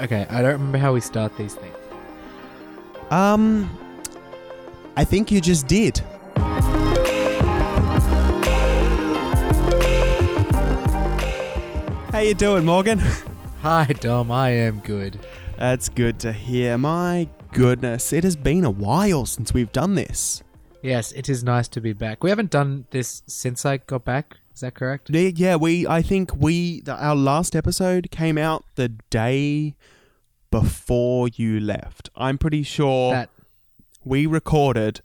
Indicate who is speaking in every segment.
Speaker 1: Okay, I don't remember how we start these things.
Speaker 2: Um, I think you just did. How you doing, Morgan?
Speaker 1: Hi, Dom. I am good.
Speaker 2: That's good to hear. My goodness, it has been a while since we've done this.
Speaker 1: Yes, it is nice to be back. We haven't done this since I got back. Is that correct?
Speaker 2: Yeah, yeah, we. I think we. The, our last episode came out the day before you left. I'm pretty sure
Speaker 1: That.
Speaker 2: we recorded,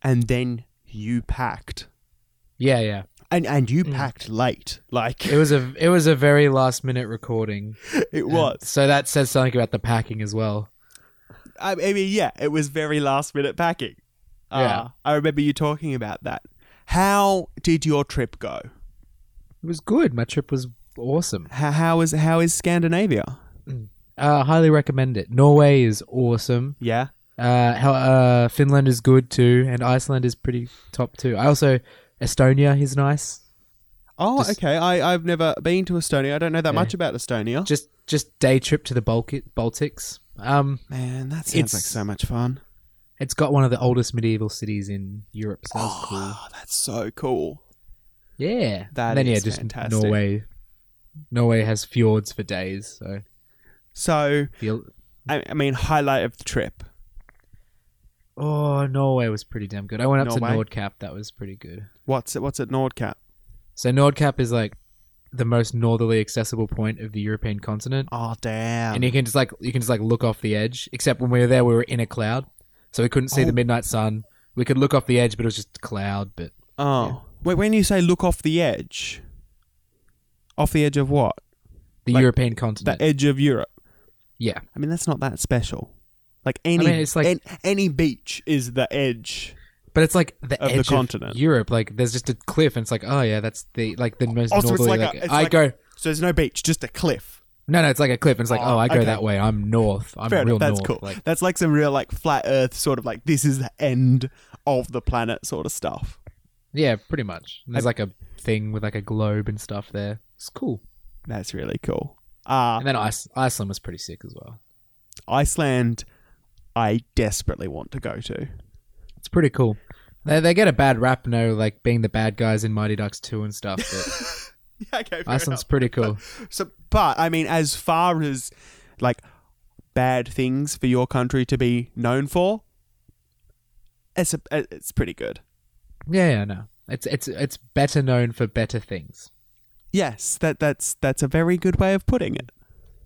Speaker 2: and then you packed,
Speaker 1: Yeah, yeah.
Speaker 2: and and you packed late. Like
Speaker 1: Mm. It was a it was a very last minute recording.
Speaker 2: it
Speaker 1: And
Speaker 2: was.
Speaker 1: So that says something about the packing as well.
Speaker 2: I I mean, yeah, it was very last minute packing. Ah,
Speaker 1: Yeah.
Speaker 2: I remember you talking about that. How did your trip go?
Speaker 1: It was good. My trip was awesome.
Speaker 2: How, how is how is Scandinavia?
Speaker 1: Uh, highly recommend it. Norway is awesome.
Speaker 2: Yeah,
Speaker 1: Uh, hell- uh, Finland is good too, and Iceland is pretty top too. I also Estonia is nice.
Speaker 2: Oh,
Speaker 1: Just-
Speaker 2: okay. I, I've never been to Estonia. I don't know that
Speaker 1: Yeah.
Speaker 2: much about Estonia.
Speaker 1: Just just day trip to the Baltic Baltics. Um,
Speaker 2: Man, that sounds
Speaker 1: It's-
Speaker 2: like so much fun.
Speaker 1: It's got one of the oldest medieval cities in Europe, so that's cool.
Speaker 2: Oh, that's so cool.
Speaker 1: Yeah.
Speaker 2: That
Speaker 1: and then yeah,
Speaker 2: is
Speaker 1: just
Speaker 2: fantastic.
Speaker 1: Norway. Norway has fjords for days, so
Speaker 2: So,
Speaker 1: fjord-
Speaker 2: I, I mean, highlight of the trip.
Speaker 1: Oh, Norway was pretty damn good. I went up
Speaker 2: Norway?
Speaker 1: to Nordcap, that was pretty good.
Speaker 2: What's it? What's at Nordcap?
Speaker 1: So Nordcap is like the most northerly accessible point of the European continent.
Speaker 2: Oh, damn.
Speaker 1: And you can just like you can just like look off the edge. Except when we were there we were in a cloud. So we couldn't see
Speaker 2: Oh.
Speaker 1: the midnight sun. We could look off the edge, but it was just cloud, but
Speaker 2: oh, Wait, when you say look off the edge, off the edge of what?
Speaker 1: the
Speaker 2: Like,
Speaker 1: European
Speaker 2: The e-
Speaker 1: continent.
Speaker 2: edge of Europe.
Speaker 1: yeah.
Speaker 2: I mean, that's not that special. Like any,
Speaker 1: mean, it's like-
Speaker 2: an- any beach is the edge.
Speaker 1: But it's like the
Speaker 2: Of the
Speaker 1: edge
Speaker 2: continent.
Speaker 1: of Europe. Like there's just a cliff, and it's like, oh yeah, that's the like the most
Speaker 2: Oh, so it's
Speaker 1: northerly.
Speaker 2: like a-
Speaker 1: Like,
Speaker 2: it's
Speaker 1: I
Speaker 2: like-
Speaker 1: go,
Speaker 2: So there's no beach, just a cliff.
Speaker 1: no, no, it's like a cliff, and it's like,
Speaker 2: Oh,
Speaker 1: oh, I go
Speaker 2: okay.
Speaker 1: that way. I'm north. I'm
Speaker 2: Fair
Speaker 1: real
Speaker 2: enough. That's
Speaker 1: north.
Speaker 2: cool.
Speaker 1: Like,
Speaker 2: that's like some real like flat Earth sort of like this is the end of the planet sort of stuff.
Speaker 1: yeah, pretty much. And there's like a thing with like a globe and stuff there. It's cool.
Speaker 2: That's really cool. Uh,
Speaker 1: And then Ice- Iceland was pretty sick as well.
Speaker 2: Iceland, I desperately want to go to.
Speaker 1: It's pretty cool. They, they get a bad rap, no, like being the bad guys in Mighty Ducks two and stuff. But
Speaker 2: Yeah, okay, fair
Speaker 1: Iceland's pretty cool.
Speaker 2: enough. So, but I mean, as far as like bad things for your country to be known for, it's a, it's pretty good.
Speaker 1: Yeah, yeah, no, it's it's it's better known for better things.
Speaker 2: Yes, that that's that's a very good way of putting it.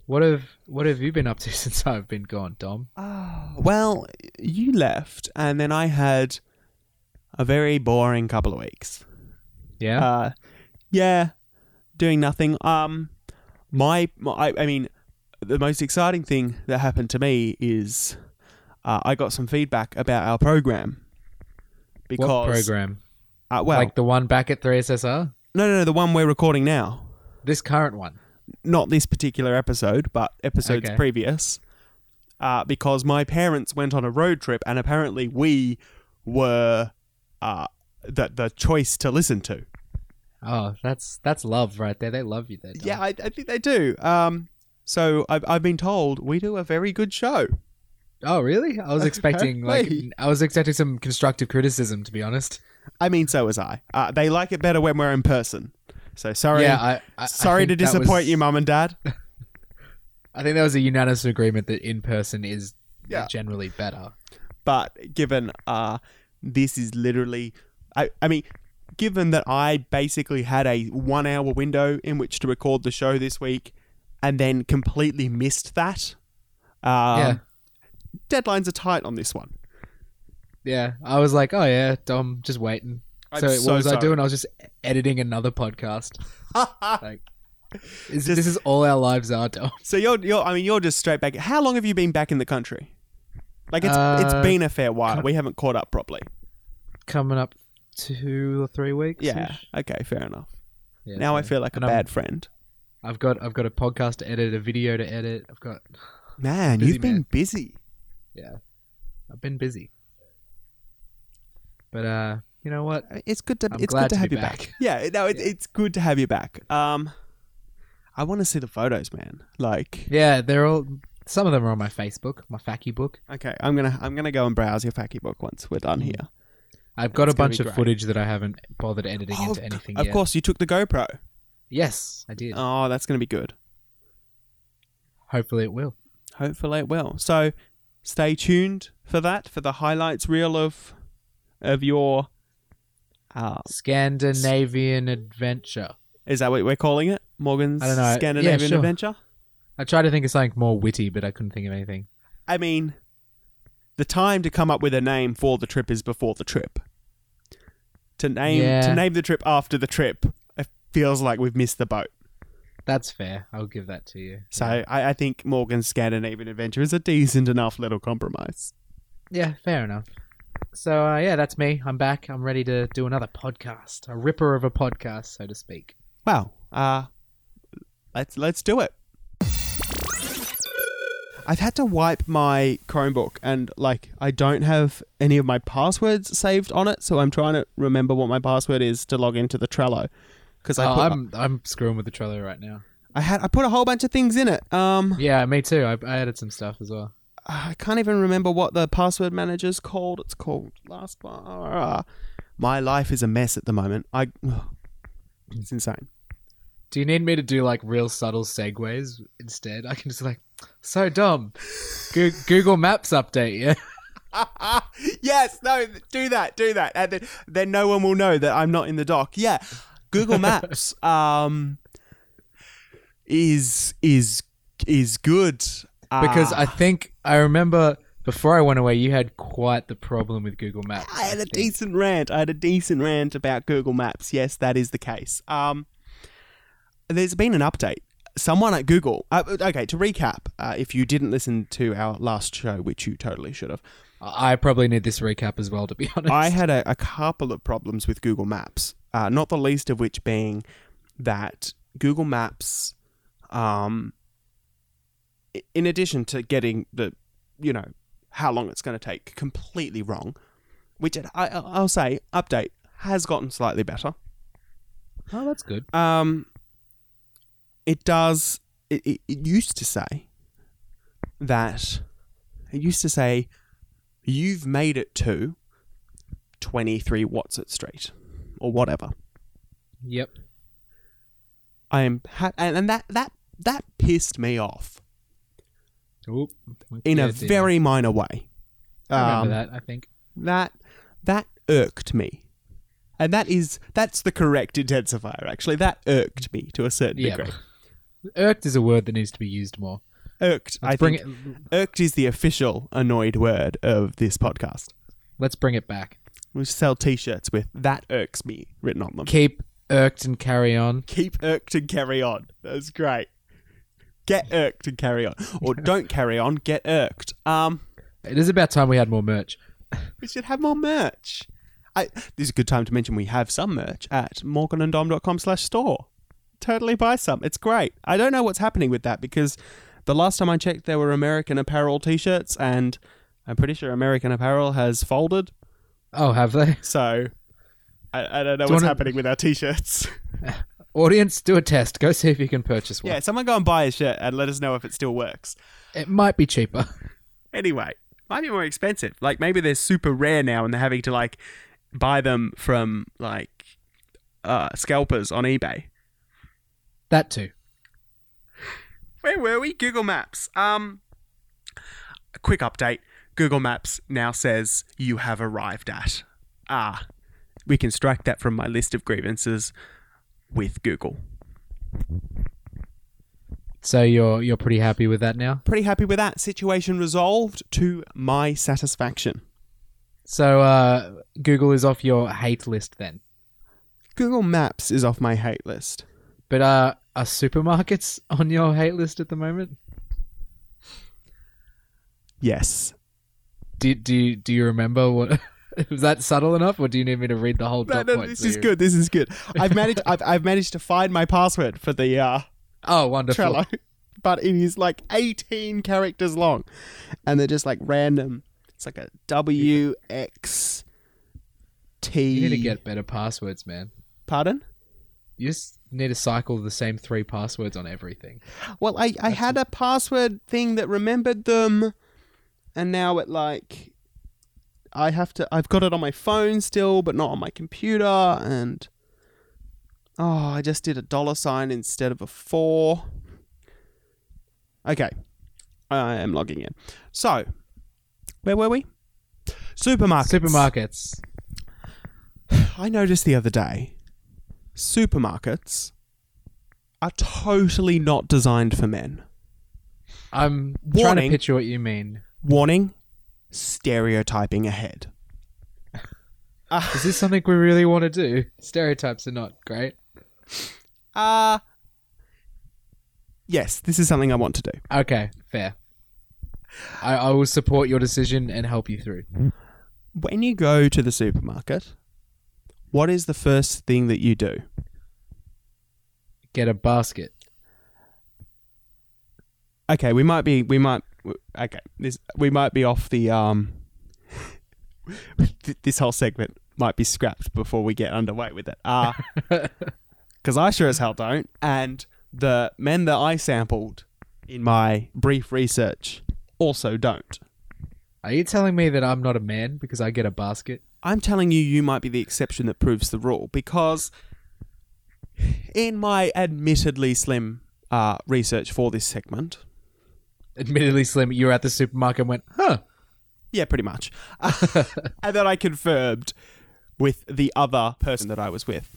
Speaker 1: What have what have you been up to since I've been gone, Dom?
Speaker 2: Well, you left, and then I had a very boring couple of weeks.
Speaker 1: Yeah.
Speaker 2: Uh, yeah, doing nothing. Um, my, my I, I mean, the most exciting thing that happened to me is uh, I got some feedback about our program because
Speaker 1: what program?
Speaker 2: Uh, well,
Speaker 1: like the one back at 3SSR?
Speaker 2: no, no, no, the one we're recording now,
Speaker 1: This current one.
Speaker 2: not this particular episode, but episodes
Speaker 1: Okay.
Speaker 2: previous. Uh, because my parents went on a road trip, and apparently we were uh, the the choice to listen to.
Speaker 1: Oh, that's that's love right there. They love you there. Dom.
Speaker 2: Yeah, I, I think they do. Um, so I've, I've been told we do a very good show.
Speaker 1: Oh, really? I was expecting like
Speaker 2: Apparently.
Speaker 1: I was expecting some constructive criticism to be honest.
Speaker 2: I mean, so was I. Uh, they like it better when we're in person. So sorry,
Speaker 1: Yeah, I, I I
Speaker 2: sorry to
Speaker 1: think that was-
Speaker 2: disappoint you, mum and dad.
Speaker 1: I think there was a unanimous agreement that in person is
Speaker 2: Yeah.
Speaker 1: generally better.
Speaker 2: But given uh, this is literally, I, I mean, given that I basically had a one-hour window in which to record the show this week, and then completely missed that. Um,
Speaker 1: yeah.
Speaker 2: Deadlines are tight on this one.
Speaker 1: Yeah. I was like, "Oh yeah, Dom, just waiting."
Speaker 2: I'm
Speaker 1: so,
Speaker 2: so
Speaker 1: what was I
Speaker 2: sorry.
Speaker 1: doing? I was just editing another podcast. Like is, this is all our lives are, Dom.
Speaker 2: So you're, you're, I mean, you're just straight back. How long have you been back in the country? Like it's, it's
Speaker 1: Uh,
Speaker 2: been a fair while. We haven't caught up properly.
Speaker 1: Coming up 2 or 3 weeks.
Speaker 2: Yeah. Okay. Fair enough.
Speaker 1: yeah.
Speaker 2: now I feel like a
Speaker 1: And I'm-
Speaker 2: bad friend.
Speaker 1: I've got I've got a podcast to edit, a video to edit. I've got
Speaker 2: Man,
Speaker 1: busy
Speaker 2: you've been
Speaker 1: man.
Speaker 2: busy.
Speaker 1: yeah. I've been busy. But uh you know what?
Speaker 2: It's good to.
Speaker 1: I'm
Speaker 2: it's
Speaker 1: glad
Speaker 2: good to,
Speaker 1: to
Speaker 2: have
Speaker 1: be
Speaker 2: you back.
Speaker 1: back.
Speaker 2: Yeah. No, it,
Speaker 1: Yeah.
Speaker 2: it's good to have you back. Um, I want to see the photos, man. Like,
Speaker 1: Yeah, they're all Some of them are on my Facebook, my Facky book.
Speaker 2: Okay, I'm gonna I'm gonna go and browse your Facky book once we're
Speaker 1: Mm.
Speaker 2: done here.
Speaker 1: I've got
Speaker 2: That's
Speaker 1: a
Speaker 2: gonna
Speaker 1: bunch
Speaker 2: be
Speaker 1: of
Speaker 2: great.
Speaker 1: footage that I haven't bothered editing
Speaker 2: Oh,
Speaker 1: into anything
Speaker 2: Of
Speaker 1: yet.
Speaker 2: course, you took the GoPro.
Speaker 1: Yes, I did.
Speaker 2: Oh, that's gonna be good.
Speaker 1: Hopefully it will.
Speaker 2: Hopefully it will. So stay tuned for that for the highlights reel of of your. Uh,
Speaker 1: Scandinavian adventure.
Speaker 2: is that what we're calling it? Morgan's
Speaker 1: I don't know. Yeah,
Speaker 2: Scandinavian
Speaker 1: sure.
Speaker 2: Adventure.
Speaker 1: I tried to think of something more witty, but I couldn't think of anything.
Speaker 2: I mean, the time to come up with a name for the trip is before the trip. To name
Speaker 1: Yeah.
Speaker 2: to name the trip after the trip, it feels like we've missed the boat.
Speaker 1: That's fair. I'll give that to you.
Speaker 2: So I, I think Morgan's Scandinavian Adventure is a decent enough little compromise.
Speaker 1: Yeah, fair enough. So uh, yeah, that's me. I'm back. I'm ready to do another podcast, a ripper of a podcast, so to speak.
Speaker 2: Wow. Uh let's let's do it. I've had to wipe my Chromebook and like I don't have any of my passwords saved on it, so I'm trying to remember what my password is to log into the Trello. Because I
Speaker 1: Oh,
Speaker 2: put
Speaker 1: I'm I'm screwing with the trailer right now.
Speaker 2: I had I put a whole bunch of things in it. Um,
Speaker 1: Yeah, me too. I, I added some stuff as well.
Speaker 2: I can't even remember what the password manager's called. It's called last bar. uh, my life is a mess at the moment. I, it's insane.
Speaker 1: Do you need me to do like real subtle segues instead? I can just like, so dumb. Go- Google Maps update. Yeah.
Speaker 2: Ah, yes, no, do that, do that, and then, then no one will know that I'm not in the dock. Yeah, Google Maps um, is is is good
Speaker 1: Because
Speaker 2: Uh,
Speaker 1: I think I remember before I went away, you had quite the problem with Google Maps.
Speaker 2: I had a
Speaker 1: think.
Speaker 2: decent rant. I had a decent rant about Google Maps. Yes, that is the case. Um, there's been an update. Someone at Google. Uh, okay, to recap, uh, if you didn't listen to our last show, which you totally should have,
Speaker 1: I I probably need this recap as well, to be honest.
Speaker 2: I had a, a couple of problems with Google Maps. Uh, not the least of which being that Google Maps, um, i- in addition to getting the, you know, how long it's going to take completely wrong, which it, I, I- I'll say update has gotten slightly better.
Speaker 1: oh, that's good.
Speaker 2: Um, it does. It, it, it used to say that it used to say you've made it to twenty three Watson Street or whatever.
Speaker 1: Yep.
Speaker 2: I am ha- and, and that that that pissed me off
Speaker 1: Oop.
Speaker 2: in
Speaker 1: Yeah,
Speaker 2: a
Speaker 1: it did.
Speaker 2: very minor way.
Speaker 1: I
Speaker 2: Um,
Speaker 1: remember that. I think.
Speaker 2: that that irked me. And that is that's the correct intensifier actually. That irked me to a certain
Speaker 1: Yeah.
Speaker 2: degree.
Speaker 1: Irked is a word that needs to be used more.
Speaker 2: Irked.
Speaker 1: Let's
Speaker 2: I
Speaker 1: bring
Speaker 2: think
Speaker 1: it.
Speaker 2: irked is the official annoyed word of this podcast.
Speaker 1: Let's bring it back.
Speaker 2: We sell t-shirts with that irks me written on them.
Speaker 1: Keep irked and carry on.
Speaker 2: Keep irked and carry on. That's great. Get irked and carry on or don't carry on, get irked. Um
Speaker 1: It is about time we had more merch.
Speaker 2: we should have more merch. I, this is a good time to mention we have some merch at morgananddom.com slash store. Totally buy some. It's great. I don't know what's happening with that because the last time I checked, there were American Apparel t-shirts and I'm pretty sure American Apparel has folded.
Speaker 1: Oh, have they?
Speaker 2: So I, I don't know
Speaker 1: Do you
Speaker 2: what's
Speaker 1: wanna-
Speaker 2: happening with our t-shirts.
Speaker 1: Audience, do a test. Go see if you can purchase one.
Speaker 2: yeah, someone go and buy a shirt and let us know if it still works.
Speaker 1: It might be cheaper.
Speaker 2: Anyway, might be more expensive. Like maybe they're super rare now and they're having to like buy them from like uh, scalpers on eBay.
Speaker 1: That too.
Speaker 2: Where were we? Google Maps. Um, a quick update. Google Maps now says you have arrived at. Ah, we can strike that from my list of grievances with Google.
Speaker 1: So you're you're pretty happy with that now.
Speaker 2: Pretty happy with that. Situation resolved to my satisfaction.
Speaker 1: So uh, Google is off your hate list then.
Speaker 2: Google Maps is off my hate list.
Speaker 1: But uh, are supermarkets on your hate list at the moment?
Speaker 2: Yes.
Speaker 1: Do do you, do you remember what? Was that subtle enough, or do you need me to read the whole
Speaker 2: No,
Speaker 1: dot
Speaker 2: no,
Speaker 1: point
Speaker 2: this
Speaker 1: for
Speaker 2: is
Speaker 1: you?
Speaker 2: good. This is good. I've managed. I've, I've managed to find my password for the uh,
Speaker 1: Oh, wonderful!
Speaker 2: Trello, but it is like 18 characters long, and they're just like random. It's like a W X T.
Speaker 1: You need to get better passwords, man.
Speaker 2: Pardon?
Speaker 1: You s- need to cycle the same three passwords on everything.
Speaker 2: Well, I, I had a password thing that remembered them, and now it like I have to. I've got it on my phone still, but not on my computer. And oh, I just did a dollar sign instead of a four. Okay, I am logging in. So, where were we? Supermarkets.
Speaker 1: Supermarkets.
Speaker 2: I noticed the other day, supermarkets are totally not designed for men.
Speaker 1: I'm trying to
Speaker 2: Warning.
Speaker 1: picture what you mean.
Speaker 2: Warning, stereotyping ahead.
Speaker 1: Is this something we really want to do? Stereotypes are not great.
Speaker 2: Uh Yes, this is something I want to do.
Speaker 1: Okay, fair. I, I will support your decision and help you through.
Speaker 2: When you go to the supermarket, what is the first thing that you do?
Speaker 1: Get a basket.
Speaker 2: Okay, we might be we might okay, this we might be off the um th- this whole segment might be scrapped before we get underway with it. Uh because I sure as hell don't. And the men that I sampled in my brief research also don't.
Speaker 1: Are you telling me that I'm not a man because I get a basket?
Speaker 2: I'm telling you, you might be the exception that proves the rule because, in my admittedly slim uh, research for this segment,
Speaker 1: Admittedly, Slim, you were at the supermarket and went, huh,
Speaker 2: yeah, pretty much, and then I confirmed with the other person that I was with,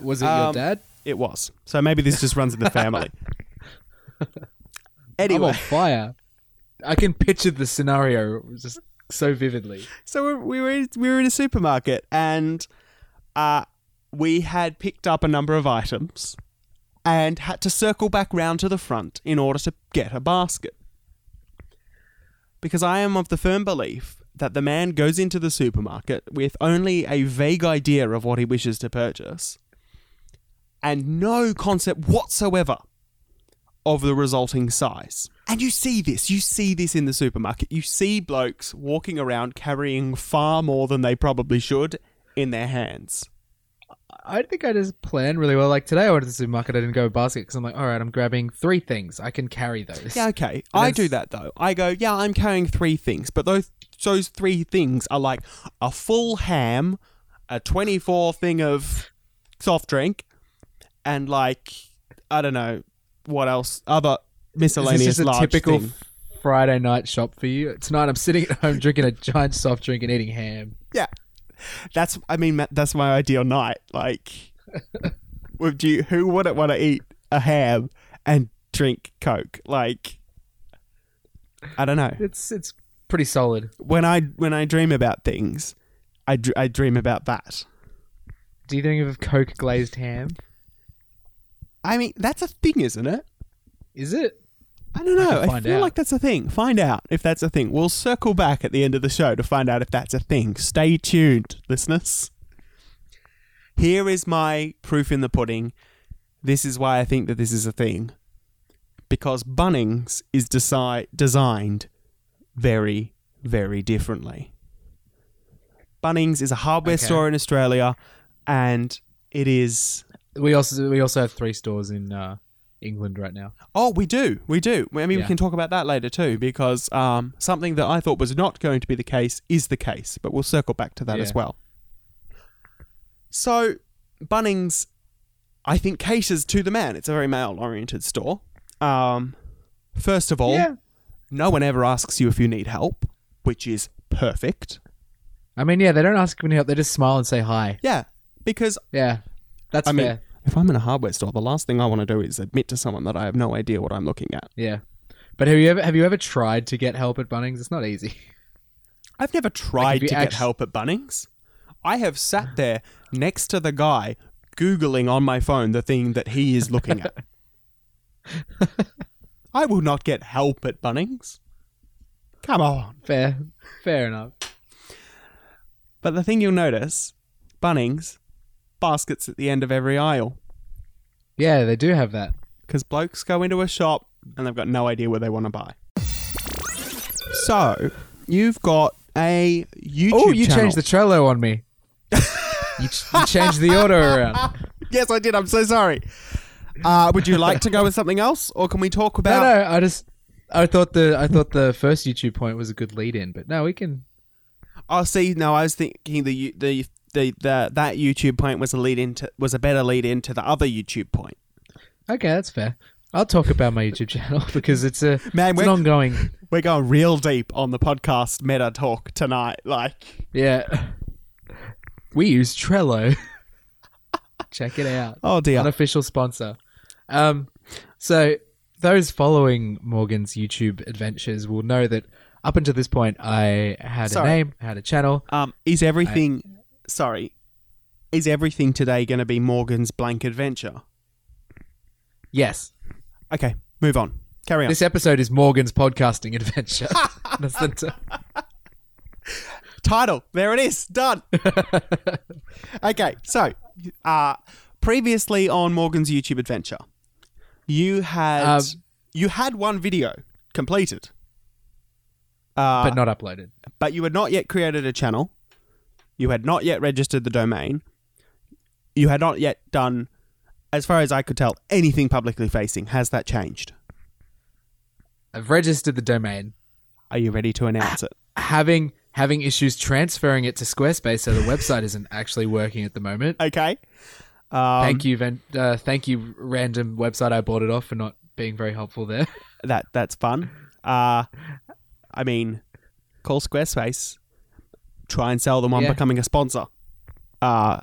Speaker 1: was it your
Speaker 2: Um,
Speaker 1: dad?
Speaker 2: it was. So maybe this just runs in the family.
Speaker 1: I'm on
Speaker 2: anyway,
Speaker 1: fire. I can picture the scenario just so vividly.
Speaker 2: so we- we were in- we were in a supermarket and uh, we had picked up a number of items and had to circle back round to the front in order to get a basket. Because I am of the firm belief that the man goes into the supermarket with only a vague idea of what he wishes to purchase and no concept whatsoever of the resulting size. And you see this, you see this in the supermarket. You see blokes walking around carrying far more than they probably should in their hands.
Speaker 1: I think I just planned really well. Like today, I went to the supermarket. I didn't go with basket because I'm like, all right, I'm grabbing three things. I can carry those.
Speaker 2: Yeah, okay. I
Speaker 1: then-
Speaker 2: do that though. I go, yeah, I'm carrying three things, but those those three things are like a full ham, a 24 thing of soft drink, and like I don't know what else, other
Speaker 1: Is this
Speaker 2: miscellaneous
Speaker 1: just a
Speaker 2: large
Speaker 1: typical
Speaker 2: thing.
Speaker 1: Friday night shop for you? Tonight, I'm sitting at home drinking a giant soft drink and eating ham.
Speaker 2: Yeah, that's. I mean, ma- that's my ideal night. Like, would you? Who wouldn't want to eat a ham and drink Coke? Like, I don't know.
Speaker 1: It's it's pretty solid.
Speaker 2: When I when I dream about things, I dr- I dream about that.
Speaker 1: Do you think of Coke glazed ham?
Speaker 2: I mean, that's a thing, isn't it?
Speaker 1: Is it?
Speaker 2: I don't know. I,
Speaker 1: find
Speaker 2: feel
Speaker 1: out.
Speaker 2: like that's a thing. Find out if that's a thing. We'll circle back at the end of the show to find out if that's a thing. Stay tuned, listeners. Here is my proof in the pudding. This is why I think that this is a thing. Because Bunnings is desi- designed very, very differently. Bunnings is a hardware
Speaker 1: Okay.
Speaker 2: store in Australia and it is
Speaker 1: We also we also have three stores in uh, England right now.
Speaker 2: Oh, we do. We do. I mean, we
Speaker 1: Yeah.
Speaker 2: can talk about that later too, because um, something that I thought was not going to be the case is the case, but we'll circle back to that
Speaker 1: Yeah.
Speaker 2: as well. So, Bunnings, I think, caters to the man. It's a very male oriented store. Um, first of all, no one ever asks you if you need help, which is perfect.
Speaker 1: I mean, yeah, they don't ask for any help. They just smile and say hi.
Speaker 2: Yeah, because
Speaker 1: Yeah, that's
Speaker 2: I mean,
Speaker 1: fair.
Speaker 2: if I'm in a hardware store, the last thing I want to do is admit to someone that I have no idea what I'm looking at.
Speaker 1: yeah, but have you ever have you ever tried to get help at Bunnings? It's not easy.
Speaker 2: I've never tried
Speaker 1: if you
Speaker 2: to get
Speaker 1: actu-
Speaker 2: help at Bunnings. I have sat there next to the guy googling on my phone the thing that he is looking at. I will not get help at Bunnings. Come on.
Speaker 1: Fair, fair enough.
Speaker 2: But the thing you'll notice, Bunnings baskets at the end of every aisle
Speaker 1: Yeah, they do have that.
Speaker 2: because blokes go into a shop and they've got no idea what they want to buy. So, you've got a YouTube
Speaker 1: Oh, you
Speaker 2: channel.
Speaker 1: changed the Trello on me. you, ch- you changed the order around.
Speaker 2: yes, I did. I'm so sorry. Uh, would you like to go with something else, or can we talk
Speaker 1: No,
Speaker 2: about?
Speaker 1: no. I just I thought the I thought the first YouTube point was a good lead in, but no, we can.
Speaker 2: Oh, see, no, I was thinking the you- the the, the that YouTube point was a lead into was a better lead into the other YouTube point.
Speaker 1: Okay, that's fair. I'll talk about my YouTube channel because it's a
Speaker 2: Man,
Speaker 1: it's an
Speaker 2: we're-
Speaker 1: ongoing.
Speaker 2: We're going real deep on the podcast meta talk tonight. Like,
Speaker 1: Yeah, we use Trello. Check it out.
Speaker 2: oh dear,
Speaker 1: unofficial sponsor. Um, so those following Morgan's YouTube adventures will know that up until this point, I had
Speaker 2: Sorry.
Speaker 1: a name, I had a channel.
Speaker 2: um, is everything? sorry, is everything today going to be Morgan's blank adventure?
Speaker 1: Yes,
Speaker 2: Okay, move on. Carry on.
Speaker 1: this episode is Morgan's podcasting adventure. That's the t-
Speaker 2: title. There it is. Done. okay, so uh, previously on Morgan's YouTube adventure, you had
Speaker 1: Um,
Speaker 2: you had one video completed, uh,
Speaker 1: but not uploaded.
Speaker 2: but you had not yet created a channel. You had not yet registered the domain. You had not yet done, as far as I could tell, anything publicly facing. Has that changed?
Speaker 1: I've registered the domain,
Speaker 2: Are you ready to announce it?
Speaker 1: having having issues transferring it to Squarespace, so the website isn't actually working at the moment.
Speaker 2: Okay. Um,
Speaker 1: thank you, Ven- uh, thank you, random website I bought it off for not being very helpful there.
Speaker 2: that that's fun. Uh I mean, call Squarespace, try and sell them on
Speaker 1: Yeah.
Speaker 2: becoming a sponsor. Uh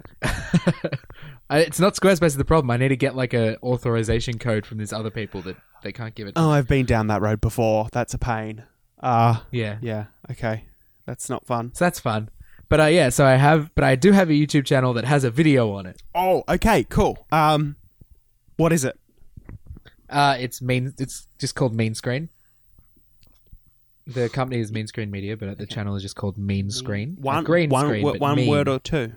Speaker 1: I- It's not Squarespace is the problem. I need to get like a authorization code from these other people that they can't give it.
Speaker 2: oh, I've been down that road before. That's a pain. Uh
Speaker 1: Yeah.
Speaker 2: yeah, okay. That's not fun.
Speaker 1: So that's fun. But uh, yeah, so I have, but I do have a YouTube channel that has a video on it.
Speaker 2: Oh, okay, cool. Um what is it?
Speaker 1: Uh, it's mean. It's just called Mean Screen. The company is Mean Screen Media, but the channel is just called Mean Screen. Not
Speaker 2: One
Speaker 1: green
Speaker 2: one,
Speaker 1: screen,
Speaker 2: wo-
Speaker 1: but
Speaker 2: one
Speaker 1: mean.
Speaker 2: word or two.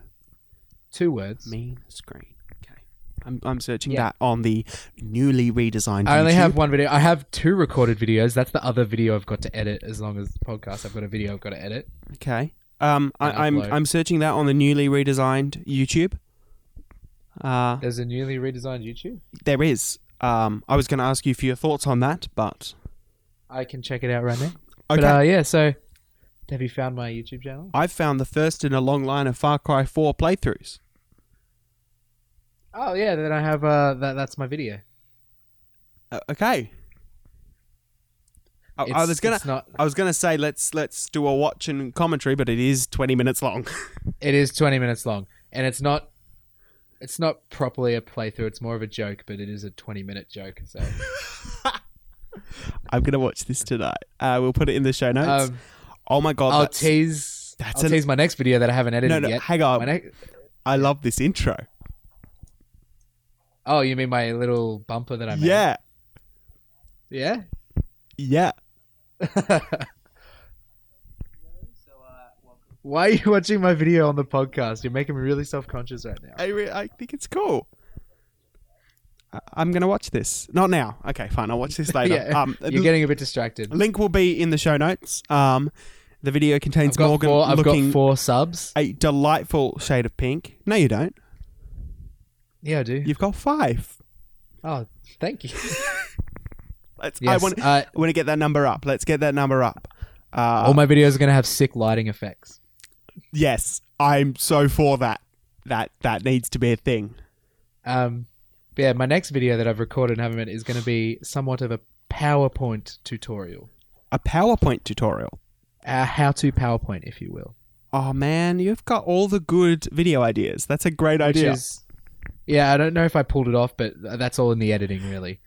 Speaker 1: two words.
Speaker 2: Mean screen. Okay. I'm I'm searching
Speaker 1: Yeah.
Speaker 2: that on the newly redesigned
Speaker 1: I only
Speaker 2: YouTube.
Speaker 1: have one video. I have two recorded videos. That's the other video I've got to edit. As long as podcast, I've got a video I've got to edit.
Speaker 2: Okay. Um,
Speaker 1: And
Speaker 2: I, I'm
Speaker 1: upload.
Speaker 2: I'm searching that on the newly redesigned YouTube. Uh,
Speaker 1: There's a newly redesigned YouTube.
Speaker 2: there is. Um, I was going to ask you for your thoughts on that, but
Speaker 1: I can check it out right now.
Speaker 2: okay,
Speaker 1: But uh, yeah, so have you found my YouTube channel?
Speaker 2: I've found the first in a long line of Far Cry 4 playthroughs.
Speaker 1: Oh yeah, then I have uh that that's my video.
Speaker 2: Uh, okay. I, I
Speaker 1: It's-
Speaker 2: was Oh, gonna
Speaker 1: it's not
Speaker 2: I was gonna say let's let's do a watch and commentary, but it is twenty minutes long.
Speaker 1: it is 20 minutes long and it's not it's not properly a playthrough. It's more of a joke, but it is a 20 minute joke. So
Speaker 2: I'm gonna watch this tonight. Uh, we'll put it in the show notes.
Speaker 1: um,
Speaker 2: oh my god!
Speaker 1: I'll
Speaker 2: that's-
Speaker 1: tease
Speaker 2: that's
Speaker 1: I'll
Speaker 2: an-
Speaker 1: tease my next video that I haven't edited
Speaker 2: no, no, uh,
Speaker 1: yet.
Speaker 2: hang
Speaker 1: My
Speaker 2: on.
Speaker 1: ne-
Speaker 2: I love this intro.
Speaker 1: oh, you mean my little bumper that I made?
Speaker 2: Yeah,
Speaker 1: Yeah.
Speaker 2: yeah.
Speaker 1: Why are you watching my video on the podcast? You're making me really self conscious right now.
Speaker 2: I, re- I think it's cool. I- I'm gonna watch this. Not now. Okay, fine. I'll watch this later.
Speaker 1: Yeah,
Speaker 2: um,
Speaker 1: You're getting a bit distracted.
Speaker 2: link will be in the show notes. Um, the video
Speaker 1: I've
Speaker 2: contains
Speaker 1: got
Speaker 2: Morgan
Speaker 1: four. I've
Speaker 2: looking
Speaker 1: got four subs.
Speaker 2: a delightful shade of pink. No, you don't.
Speaker 1: Yeah, I do.
Speaker 2: You've got five.
Speaker 1: Oh, thank you.
Speaker 2: Let's. I
Speaker 1: Yes,
Speaker 2: want.
Speaker 1: uh,
Speaker 2: I want to get that number up. Let's get that number up. Uh,
Speaker 1: All my videos are going to have sick lighting effects.
Speaker 2: yes, I'm so for that. That that needs to be a thing.
Speaker 1: Um, but yeah, my next video that I've recorded and haven't made is going to be somewhat of a PowerPoint tutorial,
Speaker 2: A PowerPoint tutorial.
Speaker 1: a how-to PowerPoint, if you will.
Speaker 2: Oh man, you've got all the good video ideas. That's a great idea.
Speaker 1: is- yeah, I don't know if I pulled it off, but that's all in the editing, really.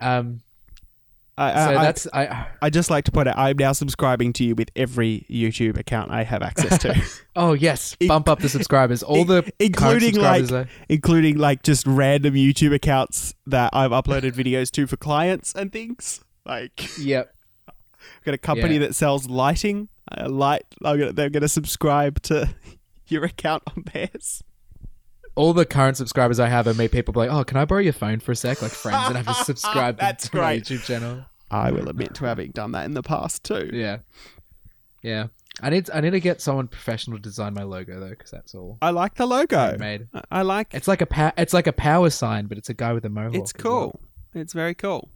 Speaker 1: Um,
Speaker 2: I,
Speaker 1: so
Speaker 2: Uh, I, I-
Speaker 1: that's I.
Speaker 2: I just like to point out I'm now subscribing to you with every YouTube account I have access to,
Speaker 1: Oh yes, bump up the subscribers. All the current
Speaker 2: including
Speaker 1: subscribers
Speaker 2: like
Speaker 1: are,
Speaker 2: including like just random YouTube accounts that I've uploaded videos to for clients and things. Like,
Speaker 1: yep.
Speaker 2: I've got a company
Speaker 1: Yeah.
Speaker 2: that sells lighting. Uh, light. I'm gonna, they're going to subscribe to your account on theirs.
Speaker 1: All the current subscribers I have are me people like, oh, can I borrow your phone for a sec? Like friends that I've just subscribed them
Speaker 2: That's
Speaker 1: to my
Speaker 2: great.
Speaker 1: YouTube channel.
Speaker 2: I will admit to having done that in the past too.
Speaker 1: Yeah, yeah. I need I need to get someone professional to design my logo though, because that's all
Speaker 2: I like the logo.
Speaker 1: made.
Speaker 2: I- I like
Speaker 1: It's like a pa- it's like a power sign, but it's a guy with a mohawk.
Speaker 2: It's
Speaker 1: as well.
Speaker 2: cool. It's very cool.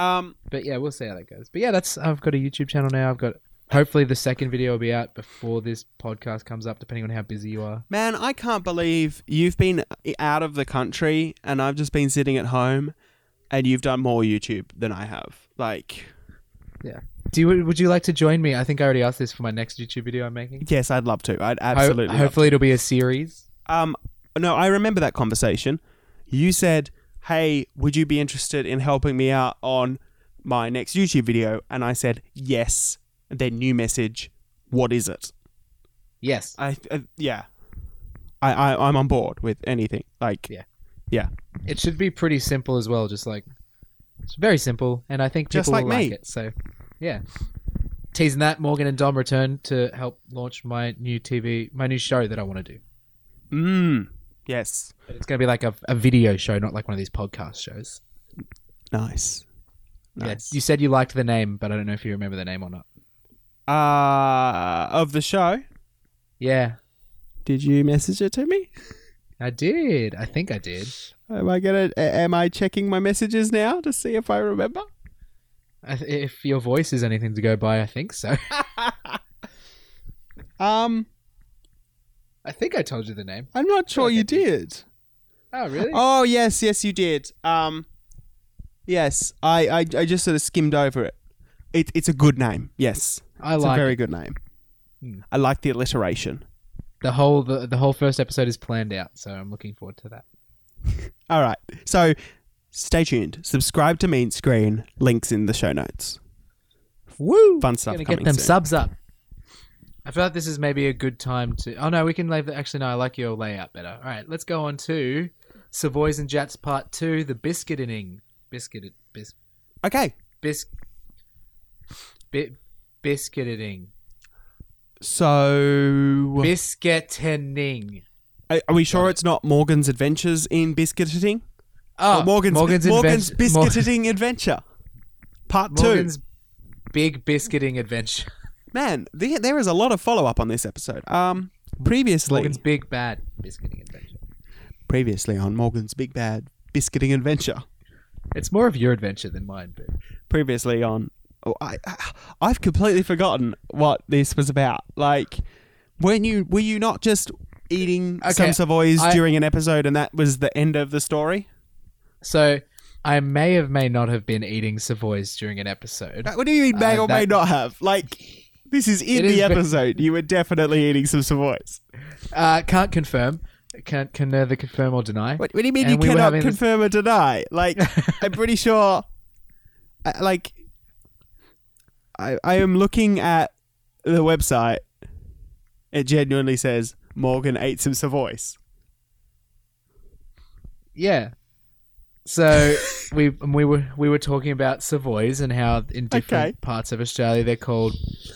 Speaker 2: Um,
Speaker 1: But yeah, we'll see how that goes. But yeah, that's I've got a YouTube channel now. I've got hopefully the second video will be out before this podcast comes up, depending on how busy you are.
Speaker 2: man, I can't believe you've been out of the country and I've just been sitting at home, and you've done more YouTube than I have. Like,
Speaker 1: Do you, would you like to join me? I think I already asked this for my next YouTube video I'm making.
Speaker 2: yes, I'd love to. I'd
Speaker 1: Ho-
Speaker 2: absolutely. love
Speaker 1: hopefully, it'll be a series.
Speaker 2: Um, no, I remember that conversation. You said, "Hey, would you be interested in helping me out on my next YouTube video?" And I said, "Yes." And then you message, "What is it?"
Speaker 1: Yes.
Speaker 2: I uh, yeah, I, I I'm on board with anything. Like,
Speaker 1: Yeah.
Speaker 2: yeah,
Speaker 1: It should be pretty simple as well. Just like it's very simple, and I think people
Speaker 2: Just like
Speaker 1: will like
Speaker 2: me.
Speaker 1: it. So, yeah. Teasing that Morgan and Dom return to help launch my new TV, my new show that I want to do.
Speaker 2: Mm. Yes.
Speaker 1: But it's going to be like a, a video show, not like one of these podcast shows.
Speaker 2: Nice.
Speaker 1: Yeah,
Speaker 2: Nice.
Speaker 1: you said you liked the name, but I don't know if you remember the name or not.
Speaker 2: Uh, of the show,
Speaker 1: Yeah,
Speaker 2: did you message it to me?
Speaker 1: I did. I think I did.
Speaker 2: Am I gonna? a- Am I checking my messages now to see if I remember?
Speaker 1: I th- if your voice is anything to go by, I think so.
Speaker 2: Um,
Speaker 1: I think I told you the name.
Speaker 2: I'm not sure you did.
Speaker 1: Oh, really?
Speaker 2: Oh yes, yes you did. Um, yes, I I, I just sort of skimmed over it. It it's a good name. Yes,
Speaker 1: I
Speaker 2: it's
Speaker 1: like
Speaker 2: a very
Speaker 1: it.
Speaker 2: good name.
Speaker 1: Hmm.
Speaker 2: I like the alliteration.
Speaker 1: the whole the, the whole first episode is planned out, so I'm looking forward to that.
Speaker 2: All right. So stay tuned. Subscribe to Mean Screen. Links in the show notes.
Speaker 1: Woo!
Speaker 2: Fun stuff
Speaker 1: Gonna
Speaker 2: coming
Speaker 1: get them
Speaker 2: soon.
Speaker 1: subs up. I feel like this is maybe a good time to. Oh no, we can leave. The... Actually, no, I like your layout better. All right, let's go on to Savoys and Jats Part Two: The Biscuit Inning. Biscuit. Bis.
Speaker 2: okay.
Speaker 1: Bis. Bi- biscuiting.
Speaker 2: So
Speaker 1: Biscuitening.
Speaker 2: are, are we sure it's not Morgan's Adventures in Biscuiting?
Speaker 1: Oh,
Speaker 2: Or Morgan's Morgan's, Morgan's
Speaker 1: inven- Mor-
Speaker 2: Biscuiting Adventure. Part
Speaker 1: Morgan's
Speaker 2: two.
Speaker 1: big biscuiting adventure.
Speaker 2: Man, the, there is a lot of follow up on this episode. Um previously
Speaker 1: Morgan's big bad biscuiting adventure.
Speaker 2: previously on Morgan's Big Bad Biscuiting Adventure.
Speaker 1: It's more of your adventure than mine, but
Speaker 2: Previously on oh, I I- I've completely forgotten what this was about. Like when you were you not just eating
Speaker 1: Okay,
Speaker 2: some Savoys
Speaker 1: I-
Speaker 2: during an episode and that was the end of the story?
Speaker 1: so I may have may not have been eating savoys during an episode.
Speaker 2: What do you mean may
Speaker 1: Uh,
Speaker 2: or may
Speaker 1: that-
Speaker 2: not have? Like, this is in
Speaker 1: It
Speaker 2: the
Speaker 1: is ve-
Speaker 2: episode. You were definitely eating some Savoys.
Speaker 1: Uh, can't confirm. Can can neither confirm or deny.
Speaker 2: What, what do you mean
Speaker 1: And
Speaker 2: you
Speaker 1: we were
Speaker 2: cannot
Speaker 1: having this-
Speaker 2: confirm or deny? Like, I'm pretty sure. I, like, I, I am looking at the website. It genuinely says Morgan ate some Savoys.
Speaker 1: Yeah. So we we were we were talking about savoys and how in different
Speaker 2: Okay.
Speaker 1: parts of Australia they're called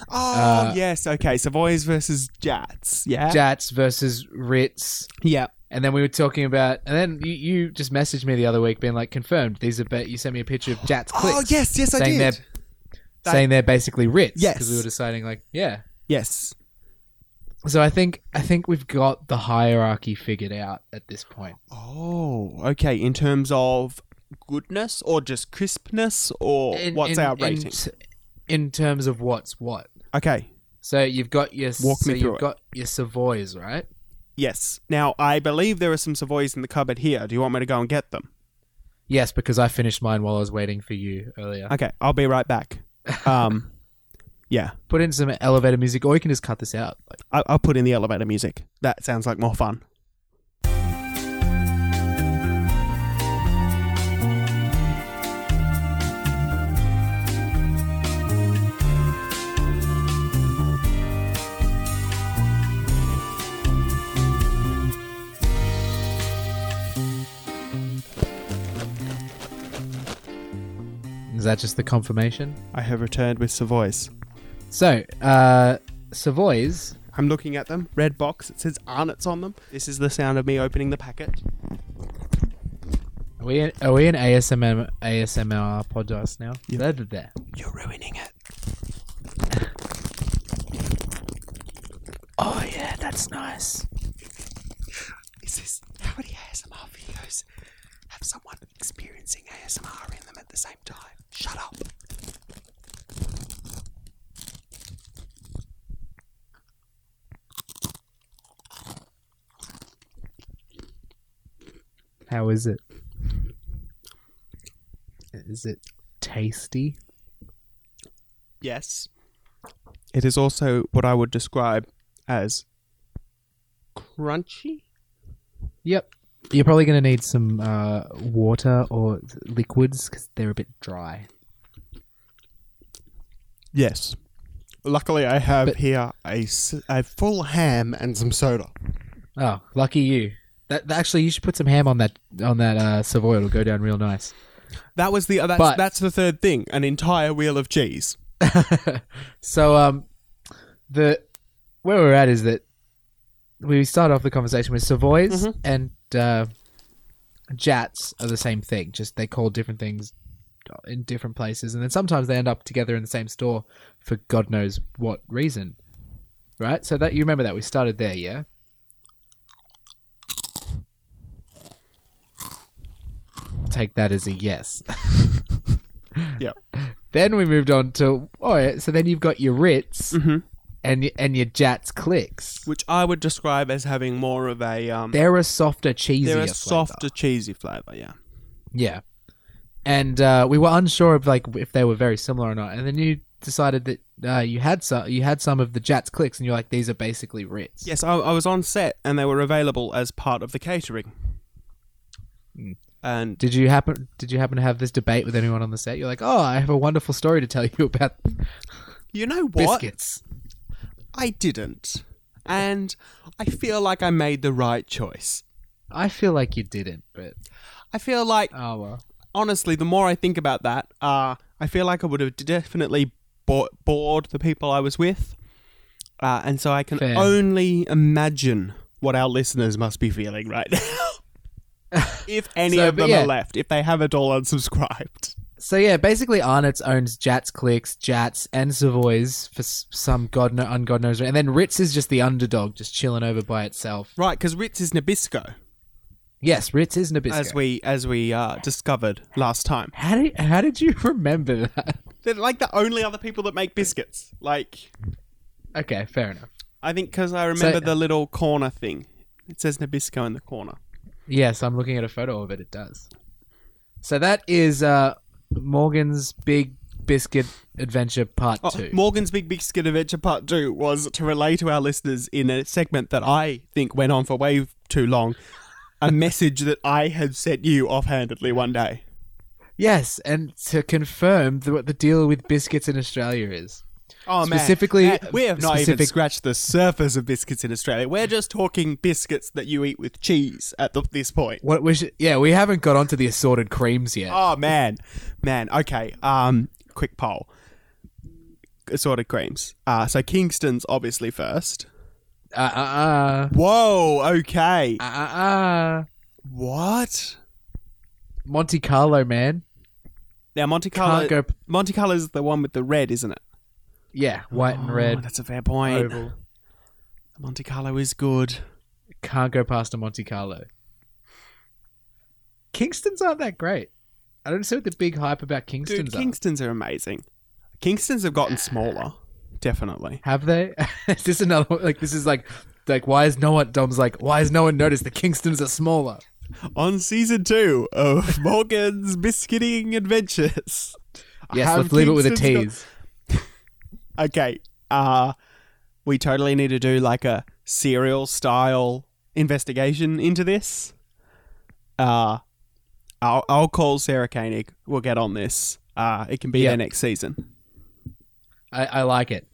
Speaker 2: Oh,
Speaker 1: Uh,
Speaker 2: yes. Okay. Savoys versus Jats. Yeah.
Speaker 1: jats versus rits.
Speaker 2: yeah.
Speaker 1: And then we were talking about, and then you, you just messaged me the other week, being like, "Confirmed, these are." Ba-, you sent me a picture of Jats clips.
Speaker 2: Oh, yes. Yes, I
Speaker 1: saying
Speaker 2: did.
Speaker 1: they're saying they're basically Ritz.
Speaker 2: Yes.
Speaker 1: because we were deciding like, yeah.
Speaker 2: Yes.
Speaker 1: So I think I think we've got the hierarchy figured out at this point.
Speaker 2: Oh, okay. In terms of goodness or just crispness or
Speaker 1: In-
Speaker 2: what's
Speaker 1: in-
Speaker 2: our
Speaker 1: in
Speaker 2: rating?
Speaker 1: t- In, terms of what's what.
Speaker 2: okay.
Speaker 1: So you've got your
Speaker 2: Walk
Speaker 1: so
Speaker 2: me through
Speaker 1: you've
Speaker 2: it.
Speaker 1: got your Savoys, right?
Speaker 2: Yes. Now, I believe there are some Savoys in the cupboard here. Do you want me to go and get them?
Speaker 1: Yes, because I finished mine while I was waiting for you earlier.
Speaker 2: Okay. I'll be right back. Um, yeah.
Speaker 1: Put in some elevator music, or you can just cut this out. Like,
Speaker 2: I- I'll put in the elevator music. That sounds like more fun.
Speaker 1: is that just the confirmation?
Speaker 2: I have returned with Savoys.
Speaker 1: So, uh, Savoys.
Speaker 2: I'm looking at them. Red box. It says Arnott's on them. This is the sound of me opening the packet.
Speaker 1: Are we in, are we in ASMR ASMR podcast now? There, there, there.
Speaker 2: You're ruining it.
Speaker 1: Oh yeah, that's nice.
Speaker 2: Is this how many ASMR videos have someone experiencing ASMR in them at the same time? Shut up.
Speaker 1: How is it? Is it tasty?
Speaker 2: Yes. It is also what I would describe as crunchy.
Speaker 1: Yep. You're probably going to need some uh, water or liquids because they're a bit dry.
Speaker 2: Yes. Luckily, I have
Speaker 1: But-
Speaker 2: here a, s- a full ham and some soda.
Speaker 1: Oh, lucky you. That, that- actually, you should put some ham on that on that uh, Savoy. It'll go down real nice.
Speaker 2: That was the uh, that's,
Speaker 1: But-
Speaker 2: that's the third thing, an entire wheel of cheese.
Speaker 1: So, um, the where we're at is that we start off the conversation with Savoys and uh, Jats are the same thing. Just they call different things in different places, and then sometimes they end up together in the same store for God knows what reason. Right? So that you remember that we started there, yeah. Take that as a yes.
Speaker 2: Yep.
Speaker 1: Then we moved on to all right. So then you've got your Ritz
Speaker 2: Mhm.
Speaker 1: and y- and your Jats clicks.
Speaker 2: Which I would describe as having more of a um
Speaker 1: They're a softer, cheesier.
Speaker 2: they're a
Speaker 1: flavor.
Speaker 2: softer cheesy flavour, yeah.
Speaker 1: Yeah, and uh, we were unsure of like if they were very similar or not. And then you decided that uh, you had some you had some of the Jats clicks, and you're like, these are basically Ritz.
Speaker 2: Yes, I, I was on set and they were available as part of the catering.
Speaker 1: Mm.
Speaker 2: And
Speaker 1: Did you happen Did you happen to have this debate with anyone on the set? You're like, oh, I have a wonderful story to tell you about
Speaker 2: you know what?
Speaker 1: biscuits.
Speaker 2: I didn't. And I feel like I made the right choice.
Speaker 1: I feel like you didn't, but
Speaker 2: I feel like
Speaker 1: oh well.
Speaker 2: honestly, the more I think about that, uh, I feel like I would have definitely bought, bored the people I was with. Uh, and so I can
Speaker 1: Fair.
Speaker 2: only imagine what our listeners must be feeling right now. if any
Speaker 1: So,
Speaker 2: of
Speaker 1: but
Speaker 2: them
Speaker 1: yeah.
Speaker 2: are left, if they haven't all unsubscribed.
Speaker 1: So yeah, basically Arnott's owns Jats Clicks, Jats, and Savoys for s- some god no ungod knows, and then Ritz is just the underdog, just chilling over by itself.
Speaker 2: Right, because Ritz is Nabisco,
Speaker 1: Yes, Ritz is Nabisco.
Speaker 2: as we as we uh, discovered last time.
Speaker 1: how did how did you remember that?
Speaker 2: They're like the only other people that make biscuits. Like
Speaker 1: Okay, fair enough.
Speaker 2: I think because I remember
Speaker 1: So-
Speaker 2: the little corner thing. It says Nabisco in the corner.
Speaker 1: Yes, I'm looking at a photo of it. It does. So that is uh, Morgan's Big Biscuit Adventure Part
Speaker 2: Oh,
Speaker 1: Two.
Speaker 2: Morgan's Big Biscuit Adventure Part 2 was to relay to our listeners in a segment that I think went on for way too long a message that I had sent you offhandedly one day.
Speaker 1: yes, and to confirm th- what the deal with biscuits in Australia is.
Speaker 2: Oh, man.
Speaker 1: Specifically-
Speaker 2: man. we have not even
Speaker 1: specific-
Speaker 2: scratched the surface of biscuits in Australia. We're just talking biscuits that you eat with cheese at the, this point.
Speaker 1: What we should, yeah, we haven't got onto the assorted creams yet.
Speaker 2: Oh man, man. Okay. Um, quick poll. Assorted creams. Uh, so Kingston's obviously first.
Speaker 1: Uh, uh,
Speaker 2: Whoa. Okay.
Speaker 1: uh, uh, uh.
Speaker 2: What?
Speaker 1: Monte Carlo, man.
Speaker 2: Now Monte Carlo.
Speaker 1: Can't go.
Speaker 2: Monte Carlo's the one with the red, isn't it?
Speaker 1: Yeah, white and
Speaker 2: Oh,
Speaker 1: red.
Speaker 2: that's a fair point.
Speaker 1: oval.
Speaker 2: Monte Carlo is good.
Speaker 1: Can't go past a Monte Carlo. Kingston's aren't that great. I don't see what the big hype about Kingston's
Speaker 2: Dude, Kingston's are amazing. Kingston's have gotten smaller, definitely.
Speaker 1: are. Have they? is this another one? Like this is like like why is no one Dom's like why has no one noticed the Kingston's are smaller?
Speaker 2: On season two of Morgan's Biscuiting Adventures.
Speaker 1: Yes,
Speaker 2: Have
Speaker 1: let's leave it with a
Speaker 2: Kingston's got-
Speaker 1: tease.
Speaker 2: okay. Uh we totally need to do like a serial style investigation into this. Uh I'll I'll call Sarah Koenig. We'll get on this. Uh it can be
Speaker 1: Yeah.
Speaker 2: there next season.
Speaker 1: I, I like it.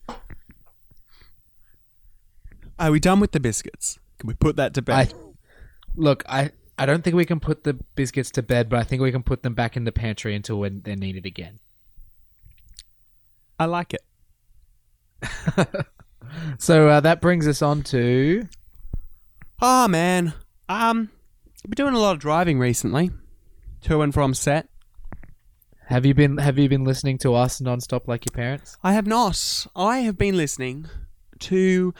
Speaker 2: Are we done with the biscuits? Can we put that to
Speaker 1: I
Speaker 2: bed?
Speaker 1: look. I I don't think we can put the biscuits to bed, but I think we can put them back in the pantry until when they're needed again.
Speaker 2: I, like it.
Speaker 1: So uh, that brings us on to
Speaker 2: Oh man. Um I've been doing a lot of driving recently. To and from set.
Speaker 1: Have you been Have you been listening to us nonstop like your parents?
Speaker 2: I have not. I have been listening to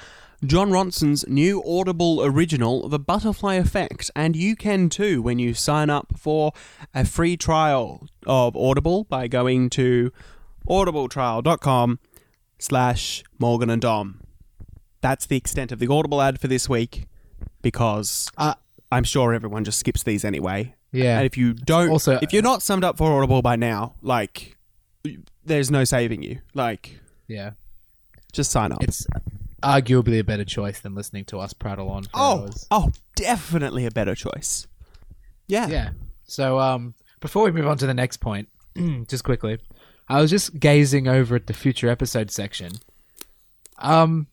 Speaker 2: John Ronson's new Audible original, The Butterfly Effect, and you can too when you sign up for a free trial of Audible by going to audibletrial.com slash Morgan and Dom. That's the extent of the Audible ad for this week because
Speaker 1: Uh,
Speaker 2: I'm sure everyone just skips these anyway.
Speaker 1: Yeah.
Speaker 2: And if you don't,
Speaker 1: Also-
Speaker 2: if you're not summed up for Audible by now, like, there's no saving you. Like,
Speaker 1: yeah.
Speaker 2: just sign up.
Speaker 1: It's arguably a better choice than listening to us prattle on. For
Speaker 2: Oh,
Speaker 1: hours.
Speaker 2: oh, definitely a better choice. Yeah.
Speaker 1: Yeah. So um, before we move on to the next point, just quickly, I was just gazing over at the future episode section. Um,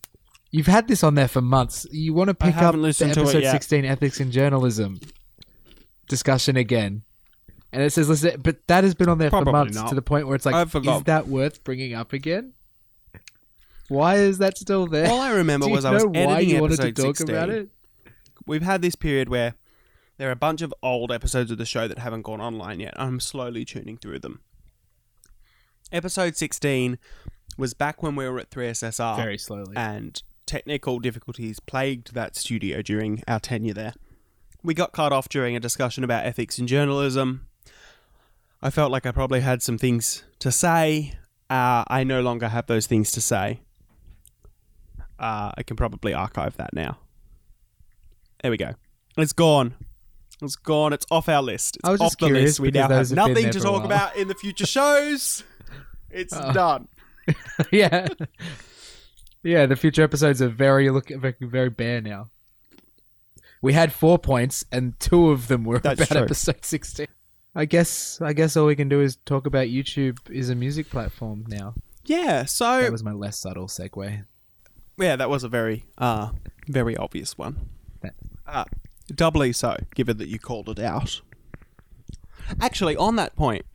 Speaker 1: you've had this on there for months. You want to pick up
Speaker 2: haven't
Speaker 1: the
Speaker 2: listened to it
Speaker 1: episode
Speaker 2: yet.
Speaker 1: sixteen, ethics and journalism discussion again. And it says, listen, but that has been on there for
Speaker 2: Probably
Speaker 1: months
Speaker 2: not.
Speaker 1: to the point where it's like,
Speaker 2: I
Speaker 1: is
Speaker 2: forgot.
Speaker 1: that worth bringing up again? Why is that still there?
Speaker 2: All I remember
Speaker 1: Do you
Speaker 2: was I was
Speaker 1: know why
Speaker 2: editing
Speaker 1: you wanted to
Speaker 2: episode
Speaker 1: talk
Speaker 2: 16.
Speaker 1: about it?
Speaker 2: We've had this period where there are a bunch of old episodes of the show that haven't gone online yet. I'm slowly tuning through them. Episode 16 was back when we were at 3SSR.
Speaker 1: Very slowly.
Speaker 2: and technical difficulties plagued that studio during our tenure there. We got cut off during a discussion about ethics and journalism. I felt like I probably had some things to say. Uh, I no longer have those things to say. Uh, I can probably archive that now. There we go. It's gone. It's gone. It's off our list. It's
Speaker 1: I was
Speaker 2: off
Speaker 1: just
Speaker 2: the
Speaker 1: curious
Speaker 2: list. We
Speaker 1: because
Speaker 2: now have
Speaker 1: those have been
Speaker 2: nothing
Speaker 1: there
Speaker 2: to
Speaker 1: for a
Speaker 2: talk
Speaker 1: while. Oh.
Speaker 2: about in the future shows. It's done.
Speaker 1: yeah. Yeah, the future episodes are very look very, very bare now. We had four points and two of them were
Speaker 2: That's
Speaker 1: about
Speaker 2: true.
Speaker 1: episode sixteen. I guess I guess all we can do is talk about YouTube is a music platform now.
Speaker 2: Yeah. So
Speaker 1: That was my less subtle segue.
Speaker 2: Yeah, that was a very, uh, very obvious one.
Speaker 1: That-
Speaker 2: Uh, doubly so, given that you called it out. Actually, on that point,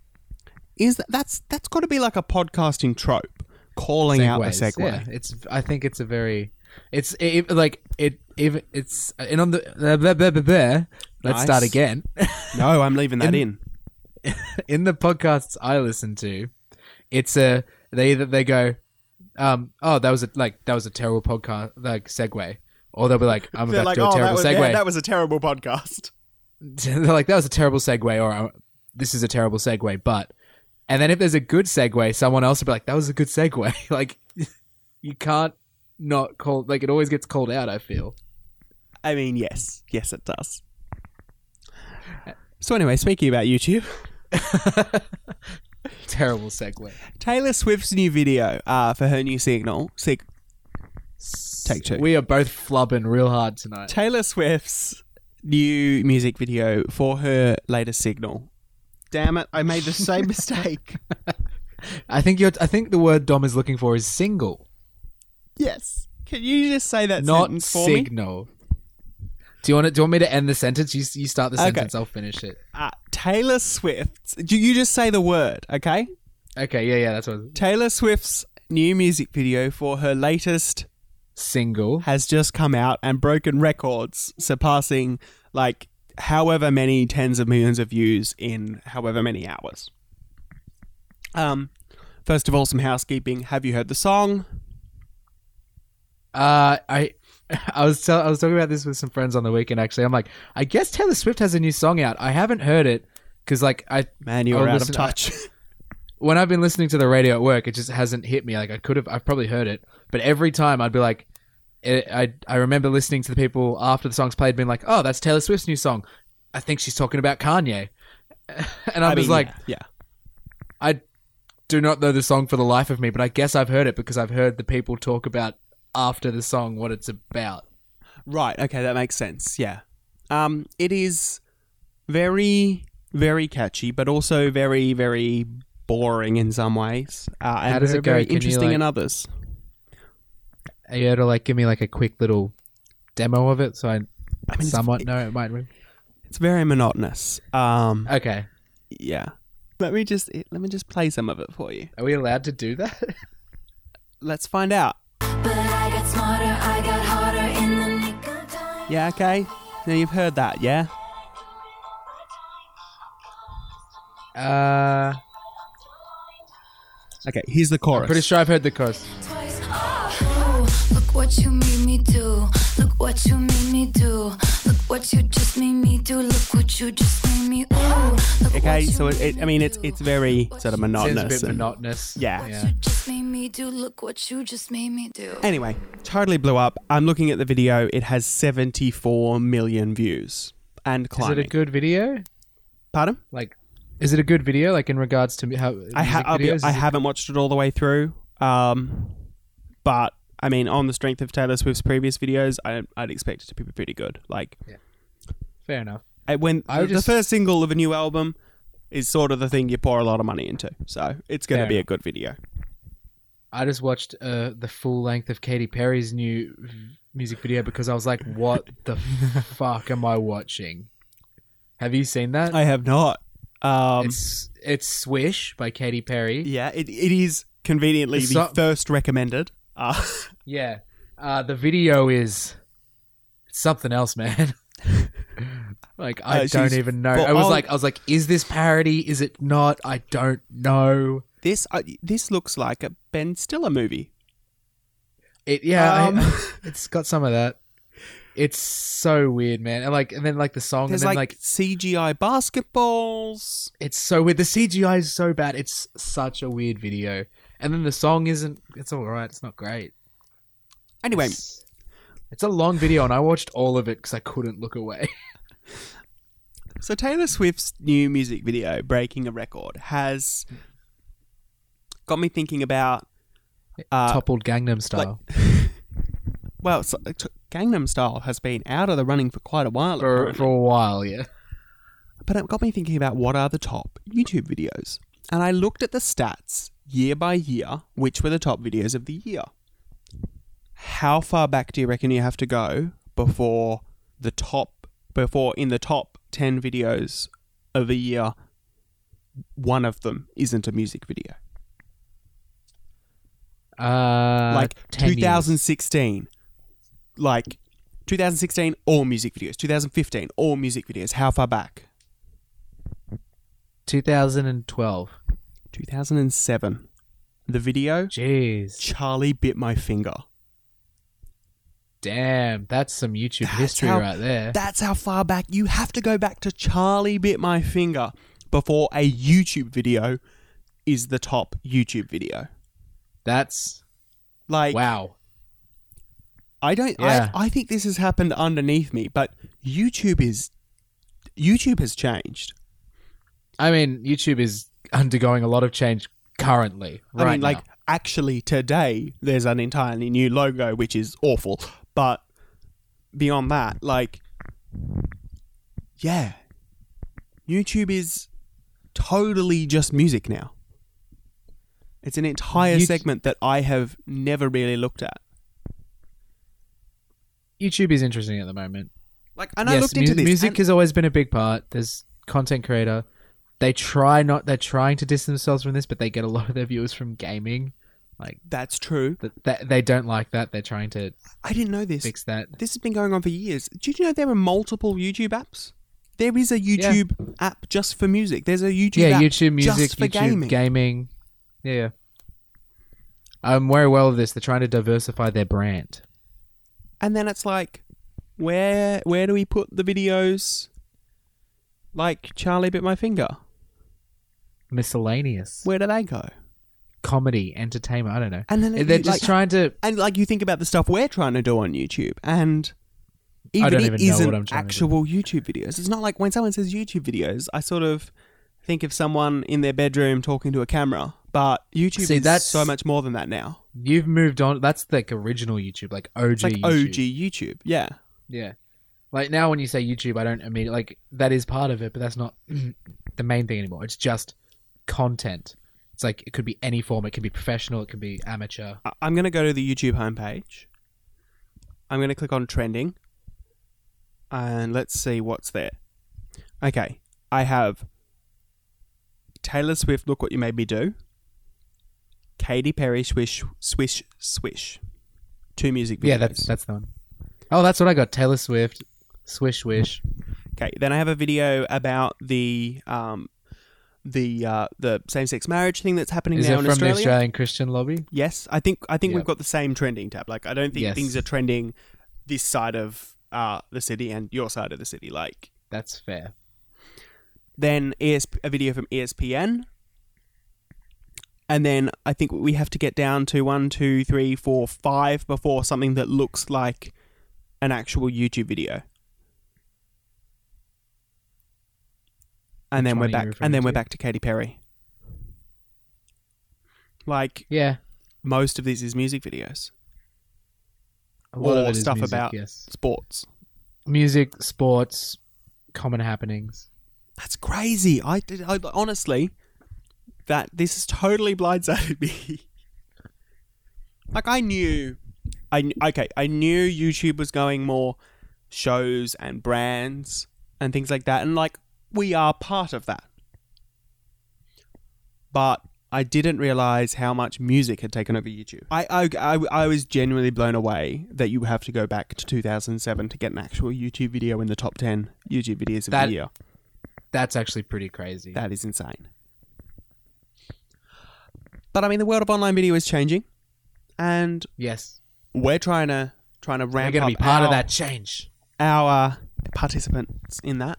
Speaker 2: is that that's that's got to be like a podcasting trope, calling out a
Speaker 1: Segues,
Speaker 2: segue.
Speaker 1: Yeah, it's I think it's a very it's it, like it even it's and on the blah, blah, blah, blah, blah. let's
Speaker 2: Nice.
Speaker 1: start again.
Speaker 2: No, I'm leaving that in.
Speaker 1: in the podcasts I listen to, it's a they either they go, um, oh that was a like that was a terrible podcast like segue, or they'll be like I'm
Speaker 2: They're
Speaker 1: about
Speaker 2: like,
Speaker 1: to do a
Speaker 2: oh, that
Speaker 1: terrible
Speaker 2: was,
Speaker 1: segue.
Speaker 2: yeah, that was a terrible podcast.
Speaker 1: They're like that was a terrible segue, or "Oh, this is a terrible segue, but. And then if there's a good segue, someone else will be like, "That was a good segue." like, you can't not call like it always gets called out. I feel.
Speaker 2: I mean, yes, yes, it does. So anyway, speaking about YouTube,
Speaker 1: terrible segue.
Speaker 2: Taylor Swift's new video uh, for her new signal, sig- Take two.
Speaker 1: We are both flubbing real hard tonight.
Speaker 2: Taylor Swift's new music video for her latest signal. Damn it, I made the same mistake.
Speaker 1: I think you're. I think the word Dom is looking for is single.
Speaker 2: Yes. Can you just say that
Speaker 1: not
Speaker 2: sentence for me?
Speaker 1: signal. Do you want it? Do you want me to end the sentence? You, you start the
Speaker 2: Okay.
Speaker 1: sentence. I'll finish it.
Speaker 2: Uh, Taylor Swift's. Do you just say the word, okay?
Speaker 1: Okay. Yeah. Yeah. That's what.
Speaker 2: Taylor Swift's new music video for her latest
Speaker 1: Single.
Speaker 2: has just come out and broken records, surpassing like however many tens of millions of views in however many hours. Um, first of all, some housekeeping. Have you heard the song?
Speaker 1: Uh, I. I was tell- I was talking about this with some friends on the weekend. Actually, I'm like, I guess Taylor Swift has a new song out. I haven't heard it because, like, I
Speaker 2: Man, you
Speaker 1: Oh,
Speaker 2: are out
Speaker 1: listen,
Speaker 2: of touch.
Speaker 1: when I've been listening to the radio at work, it just hasn't hit me. Like I could have, I've probably heard it, but every time I'd be like, I I, I remember listening to the people after the song's played, being like, "Oh, that's Taylor Swift's new song. I think she's talking about Kanye," and I, was like,
Speaker 2: yeah,
Speaker 1: I do not know the song for the life of me, but I guess I've heard it because I've heard the people talk about after the song what it's about.
Speaker 2: yeah. right. Okay, that makes sense. Yeah, um, it is very, very catchy, but also very, very boring in some ways. Uh, and
Speaker 1: does
Speaker 2: very,
Speaker 1: it go?
Speaker 2: very
Speaker 1: Can you,
Speaker 2: interesting
Speaker 1: like-
Speaker 2: in others.
Speaker 1: Are you able to like give me like a quick little demo of it so I,
Speaker 2: I mean,
Speaker 1: somewhat
Speaker 2: it's,
Speaker 1: know it might? Ring?
Speaker 2: it's very monotonous. Um,
Speaker 1: Okay,
Speaker 2: yeah. Let me just eh, let me just play some of it for you.
Speaker 1: are we allowed to do that?
Speaker 2: Let's find out.
Speaker 3: But I got smarter, I got harder in the nick of time.
Speaker 2: Yeah, okay. Now you've heard that, yeah?
Speaker 1: uh,
Speaker 2: Okay, here's the chorus.
Speaker 1: pretty sure I've heard the chorus.
Speaker 3: Twice. Oh, oh, Look what you made me do. Look what you made me do. Look what you just made me do. Look what you just made me. Ooh. Look
Speaker 2: Okay,
Speaker 3: what you
Speaker 2: so it,
Speaker 3: made
Speaker 2: it, I mean,
Speaker 3: me
Speaker 2: it's
Speaker 3: do.
Speaker 2: it's very sort of
Speaker 1: Seems
Speaker 2: monotonous.
Speaker 1: a bit
Speaker 2: and-
Speaker 1: monotonous.
Speaker 2: Yeah.
Speaker 3: What you just made me do. Look what you just made me do.
Speaker 2: Anyway, totally blew up. I'm looking at the video. It has 74 million views and
Speaker 1: Is
Speaker 2: climbing.
Speaker 1: it a good video?
Speaker 2: Pardon?
Speaker 1: Like, is it a good video? Like in regards to how
Speaker 2: I, ha-
Speaker 1: music
Speaker 2: I'll be,
Speaker 1: videos?
Speaker 2: I
Speaker 1: Is it-
Speaker 2: haven't watched it all the way through. Um, but I mean, on the strength of Taylor Swift's previous videos, I, I'd expect it to be pretty good. Like
Speaker 1: Fair enough.
Speaker 2: I, when
Speaker 1: I would
Speaker 2: the
Speaker 1: just-
Speaker 2: first single of a new album is sort of the thing you pour a lot of money into, so it's going to
Speaker 1: Fair
Speaker 2: be a
Speaker 1: enough.
Speaker 2: good video.
Speaker 1: I just watched uh, the full length of Katy Perry's new v- music video because I was like, "What the fuck am I watching?" Have you seen that?
Speaker 2: I have not. Um,
Speaker 1: it's it's Swish by Katy Perry.
Speaker 2: yeah, it, it is conveniently the,
Speaker 1: The song-
Speaker 2: first recommended. Uh,
Speaker 1: Yeah. Uh, the video is something else, man. like I
Speaker 2: Uh,
Speaker 1: don't
Speaker 2: she's-
Speaker 1: even know.
Speaker 2: well,
Speaker 1: I was
Speaker 2: I'll-
Speaker 1: like, I was like, is this parody? Is it not? I don't know.
Speaker 2: this uh, this looks like a Ben Stiller
Speaker 1: Oh,
Speaker 2: movie.
Speaker 1: It yeah, I-
Speaker 2: Um.
Speaker 1: it's got some of that. It's so weird, man. And like, and then like the song,
Speaker 2: There's
Speaker 1: and then
Speaker 2: like,
Speaker 1: like
Speaker 2: CGI basketballs.
Speaker 1: it's so weird. The CGI is so bad. It's such a weird video. And then the song isn't. It's all right. It's not great.
Speaker 2: Anyway,
Speaker 1: It's, it's a long video, and I watched all of it because I couldn't look away.
Speaker 2: So Taylor Swift's new music video, Breaking a Record, has got me thinking about uh,
Speaker 1: Toppled Gangnam Style.
Speaker 2: well, so, t- Gangnam Style has been out of the running for quite a while,
Speaker 1: for,
Speaker 2: apparently.
Speaker 1: for a while, yeah.
Speaker 2: but it got me thinking about what are the top YouTube videos, and I looked at the stats year by year, which were the top videos of the year. How far back do you reckon you have to go before the top before in the top ten videos of a year, one of them isn't a music video?
Speaker 1: Uh,
Speaker 2: like
Speaker 1: 10 years.
Speaker 2: 2016 like 2016 all music videos 2015 all music videos how far back
Speaker 1: 2012.
Speaker 2: 2007 the video
Speaker 1: Jeez.
Speaker 2: charlie bit my finger
Speaker 1: Damn, that's some YouTube
Speaker 2: That's
Speaker 1: history
Speaker 2: how-
Speaker 1: right there.
Speaker 2: that's how far back you have to go back to charlie bit my finger before a youtube video is the top youtube video
Speaker 1: that's
Speaker 2: like
Speaker 1: wow.
Speaker 2: I don't.
Speaker 1: Yeah.
Speaker 2: I, I think this has happened underneath me, but YouTube is YouTube has changed.
Speaker 1: I mean, YouTube is undergoing a lot of change currently. Right
Speaker 2: I mean, like
Speaker 1: now.
Speaker 2: actually today, there's an entirely new logo, which is awful. But beyond that, like, yeah, YouTube is totally just music now. It's an entire
Speaker 1: Yout-
Speaker 2: segment that I have never really looked at.
Speaker 1: YouTube is interesting at the moment.
Speaker 2: Like, and I
Speaker 1: yes,
Speaker 2: looked into
Speaker 1: mu-
Speaker 2: this.
Speaker 1: music
Speaker 2: and-
Speaker 1: has always been a big part. There's content creator. They try not. They're trying to distance themselves from this, but they get a lot of their viewers from gaming.
Speaker 2: that's true.
Speaker 1: That that- they don't like that. They're trying to
Speaker 2: I didn't know this.
Speaker 1: fix that.
Speaker 2: This has been going on for years. Did you know there are multiple YouTube apps? There is a YouTube app just for music. There's a YouTube
Speaker 1: yeah,
Speaker 2: app
Speaker 1: YouTube music,
Speaker 2: just for
Speaker 1: YouTube
Speaker 2: gaming.
Speaker 1: gaming. Yeah, yeah. I'm very well of this. They're trying to diversify their brand.
Speaker 2: and then it's like, where where do we put the videos? Like Charlie bit my finger.
Speaker 1: Miscellaneous.
Speaker 2: Where do they go?
Speaker 1: Comedy, entertainment, I don't know.
Speaker 2: And then it-
Speaker 1: they're
Speaker 2: you,
Speaker 1: just
Speaker 2: like-
Speaker 1: trying to
Speaker 2: And like you think about the stuff we're trying to do on YouTube, and even
Speaker 1: don't
Speaker 2: it
Speaker 1: even know
Speaker 2: isn't
Speaker 1: what I'm trying to do.
Speaker 2: actual YouTube videos. It's not like when someone says YouTube videos, I sort of think of someone in their bedroom talking to a camera. But YouTube
Speaker 1: See,
Speaker 2: is
Speaker 1: that's-
Speaker 2: so much more than that now.
Speaker 1: you've moved on that's like original YouTube, like OG
Speaker 2: It's like
Speaker 1: YouTube.
Speaker 2: OG YouTube. Yeah.
Speaker 1: Yeah. Like now when you say YouTube, I don't immediately like that is part of it, but that's not the main thing anymore. It's just content. It's like it could be any form. It could be professional, it could be amateur.
Speaker 2: I- I'm going to go to the YouTube homepage. I'm going to click on trending. And let's see what's there. Okay. I have Taylor Swift, Look What You Made Me Do. Katy Perry, Swish, Swish, Swish. Two music videos.
Speaker 1: Yeah, that's that's the one. Oh, that's what I got. Taylor Swift, Swish Wish.
Speaker 2: Okay, then I have a video about the um, the uh, the same sex marriage thing that's happening
Speaker 1: Is
Speaker 2: now
Speaker 1: it
Speaker 2: in
Speaker 1: from
Speaker 2: Australia.
Speaker 1: the Australian Christian lobby?
Speaker 2: Yes, I think I think
Speaker 1: Yep.
Speaker 2: we've got the same trending tab. Like I don't think
Speaker 1: Yes.
Speaker 2: things are trending this side of uh, the city and your side of the city. Like
Speaker 1: That's fair.
Speaker 2: then ESP, a video from E ESPN, and then I think we have to get down to one, two, three, four, five before something that looks like an actual YouTube video. And
Speaker 1: Which one are
Speaker 2: then we're
Speaker 1: you
Speaker 2: back.
Speaker 1: referring
Speaker 2: And then we're
Speaker 1: to?
Speaker 2: back to Katy Perry. Like
Speaker 1: Yeah.
Speaker 2: most of these is music videos.
Speaker 1: A lot of
Speaker 2: Or
Speaker 1: it is
Speaker 2: stuff
Speaker 1: music,
Speaker 2: about-
Speaker 1: yes.
Speaker 2: sports.
Speaker 1: music, sports, common happenings.
Speaker 2: That's crazy. I did. I, honestly, that this has totally blindsided me. like I knew, I kn- okay, I knew YouTube was going more shows and brands and things like that, and like we are part of that. But I didn't realize how much music had taken over YouTube. I I, I, I was genuinely blown away that you have to go back to 2007 to get an actual YouTube video in the top 10 YouTube videos of
Speaker 1: That-
Speaker 2: the year.
Speaker 1: That's actually pretty crazy.
Speaker 2: That is insane. But I mean, the world of online video is changing, and
Speaker 1: yes.
Speaker 2: we're trying to trying to
Speaker 1: We're
Speaker 2: ramp
Speaker 1: going
Speaker 2: up
Speaker 1: to be part
Speaker 2: our,
Speaker 1: of that change.
Speaker 2: our participants in that.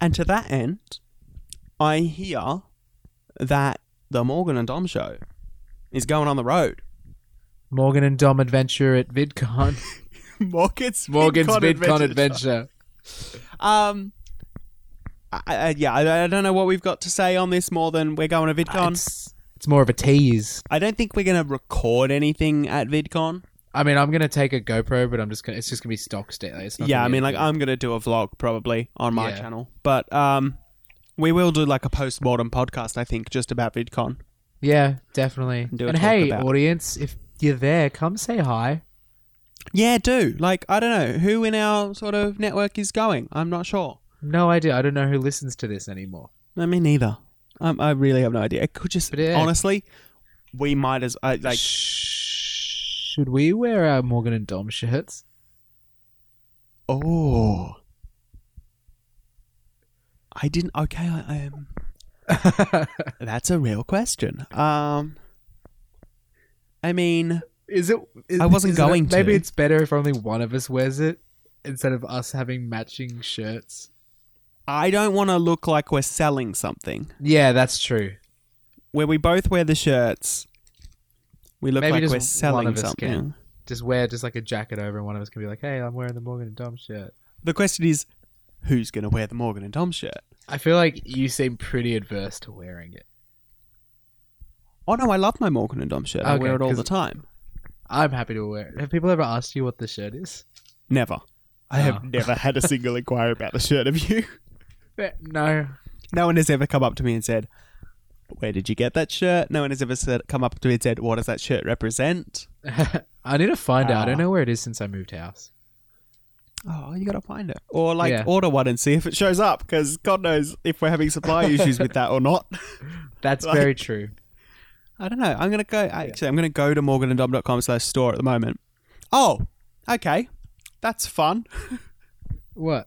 Speaker 2: And to that end, I hear that the Morgan and Dom show is going on the road.
Speaker 1: Morgan and Dom adventure at VidCon.
Speaker 2: Morgan's
Speaker 1: Morgan's VidCon, adventure.
Speaker 2: Um, I, I, yeah, I, I don't know what we've got to say on this more than we're going to VidCon.
Speaker 1: It's, it's more of a tease.
Speaker 2: I don't think we're going to record anything at VidCon.
Speaker 1: I mean, I'm going to take a GoPro, but I'm just going to, it's just going to be stock still. It's not
Speaker 2: yeah,
Speaker 1: gonna
Speaker 2: I
Speaker 1: be
Speaker 2: mean, like
Speaker 1: anything.
Speaker 2: I'm gonna do a vlog probably on my
Speaker 1: Yeah.
Speaker 2: channel, but um, we will do like a post mortem podcast, I think, just about VidCon.
Speaker 1: Yeah, definitely.
Speaker 2: do a
Speaker 1: and
Speaker 2: talk
Speaker 1: hey,
Speaker 2: about-
Speaker 1: audience, if you're there, come say hi.
Speaker 2: Yeah, do like I don't know who in our sort of network is going. I'm not sure.
Speaker 1: No idea. I don't know who listens to this anymore.
Speaker 2: I mean, neither. Um, I really have no idea. It could just
Speaker 1: But yeah.
Speaker 2: honestly, we might as I like.
Speaker 1: Should we wear our Morgan and Dom shirts?
Speaker 2: Oh, I didn't. Okay, I, I um, That's a real question. Um, I mean.
Speaker 1: Is it? Is,
Speaker 2: I wasn't
Speaker 1: is it-
Speaker 2: going to.
Speaker 1: Maybe it's better if only one of us wears it instead of us having matching shirts.
Speaker 2: I don't want to look like we're selling something.
Speaker 1: Yeah, that's true.
Speaker 2: Where we both wear the shirts, we look
Speaker 1: Maybe
Speaker 2: like
Speaker 1: just
Speaker 2: we're
Speaker 1: one
Speaker 2: selling
Speaker 1: of us
Speaker 2: something.
Speaker 1: can. Just wear just like a jacket over, and one of us can be like, "Hey, I'm wearing the Morgan and Dom shirt."
Speaker 2: The question is, who's going to wear the Morgan and Dom shirt?
Speaker 1: I feel like you seem pretty adverse to wearing it.
Speaker 2: Oh no, I love my Morgan and Dom shirt. I
Speaker 1: Okay,
Speaker 2: wear it all
Speaker 1: 'cause-
Speaker 2: the time.
Speaker 1: I'm happy to wear it. Have people ever asked you what the shirt is?
Speaker 2: Never. I
Speaker 1: Oh.
Speaker 2: have never had a single inquiry about the shirt of you.
Speaker 1: No.
Speaker 2: Uh, No one has ever come up to me and said, "Where did you get that shirt?" No one has ever said, come up to me and said, "What does that shirt represent?"
Speaker 1: I need to find out. I don't
Speaker 2: Ah.
Speaker 1: know where it is since I moved house.
Speaker 2: Oh, you gotta find it, or like
Speaker 1: Yeah.
Speaker 2: order one and see if it shows up, because God knows if we're having supply issues with that or not.
Speaker 1: That's
Speaker 2: Like-
Speaker 1: very true.
Speaker 2: I don't know. I'm gonna go. Actually, I'm gonna go to morgananddom.com slash store at the moment. Oh, okay, that's fun.
Speaker 1: What?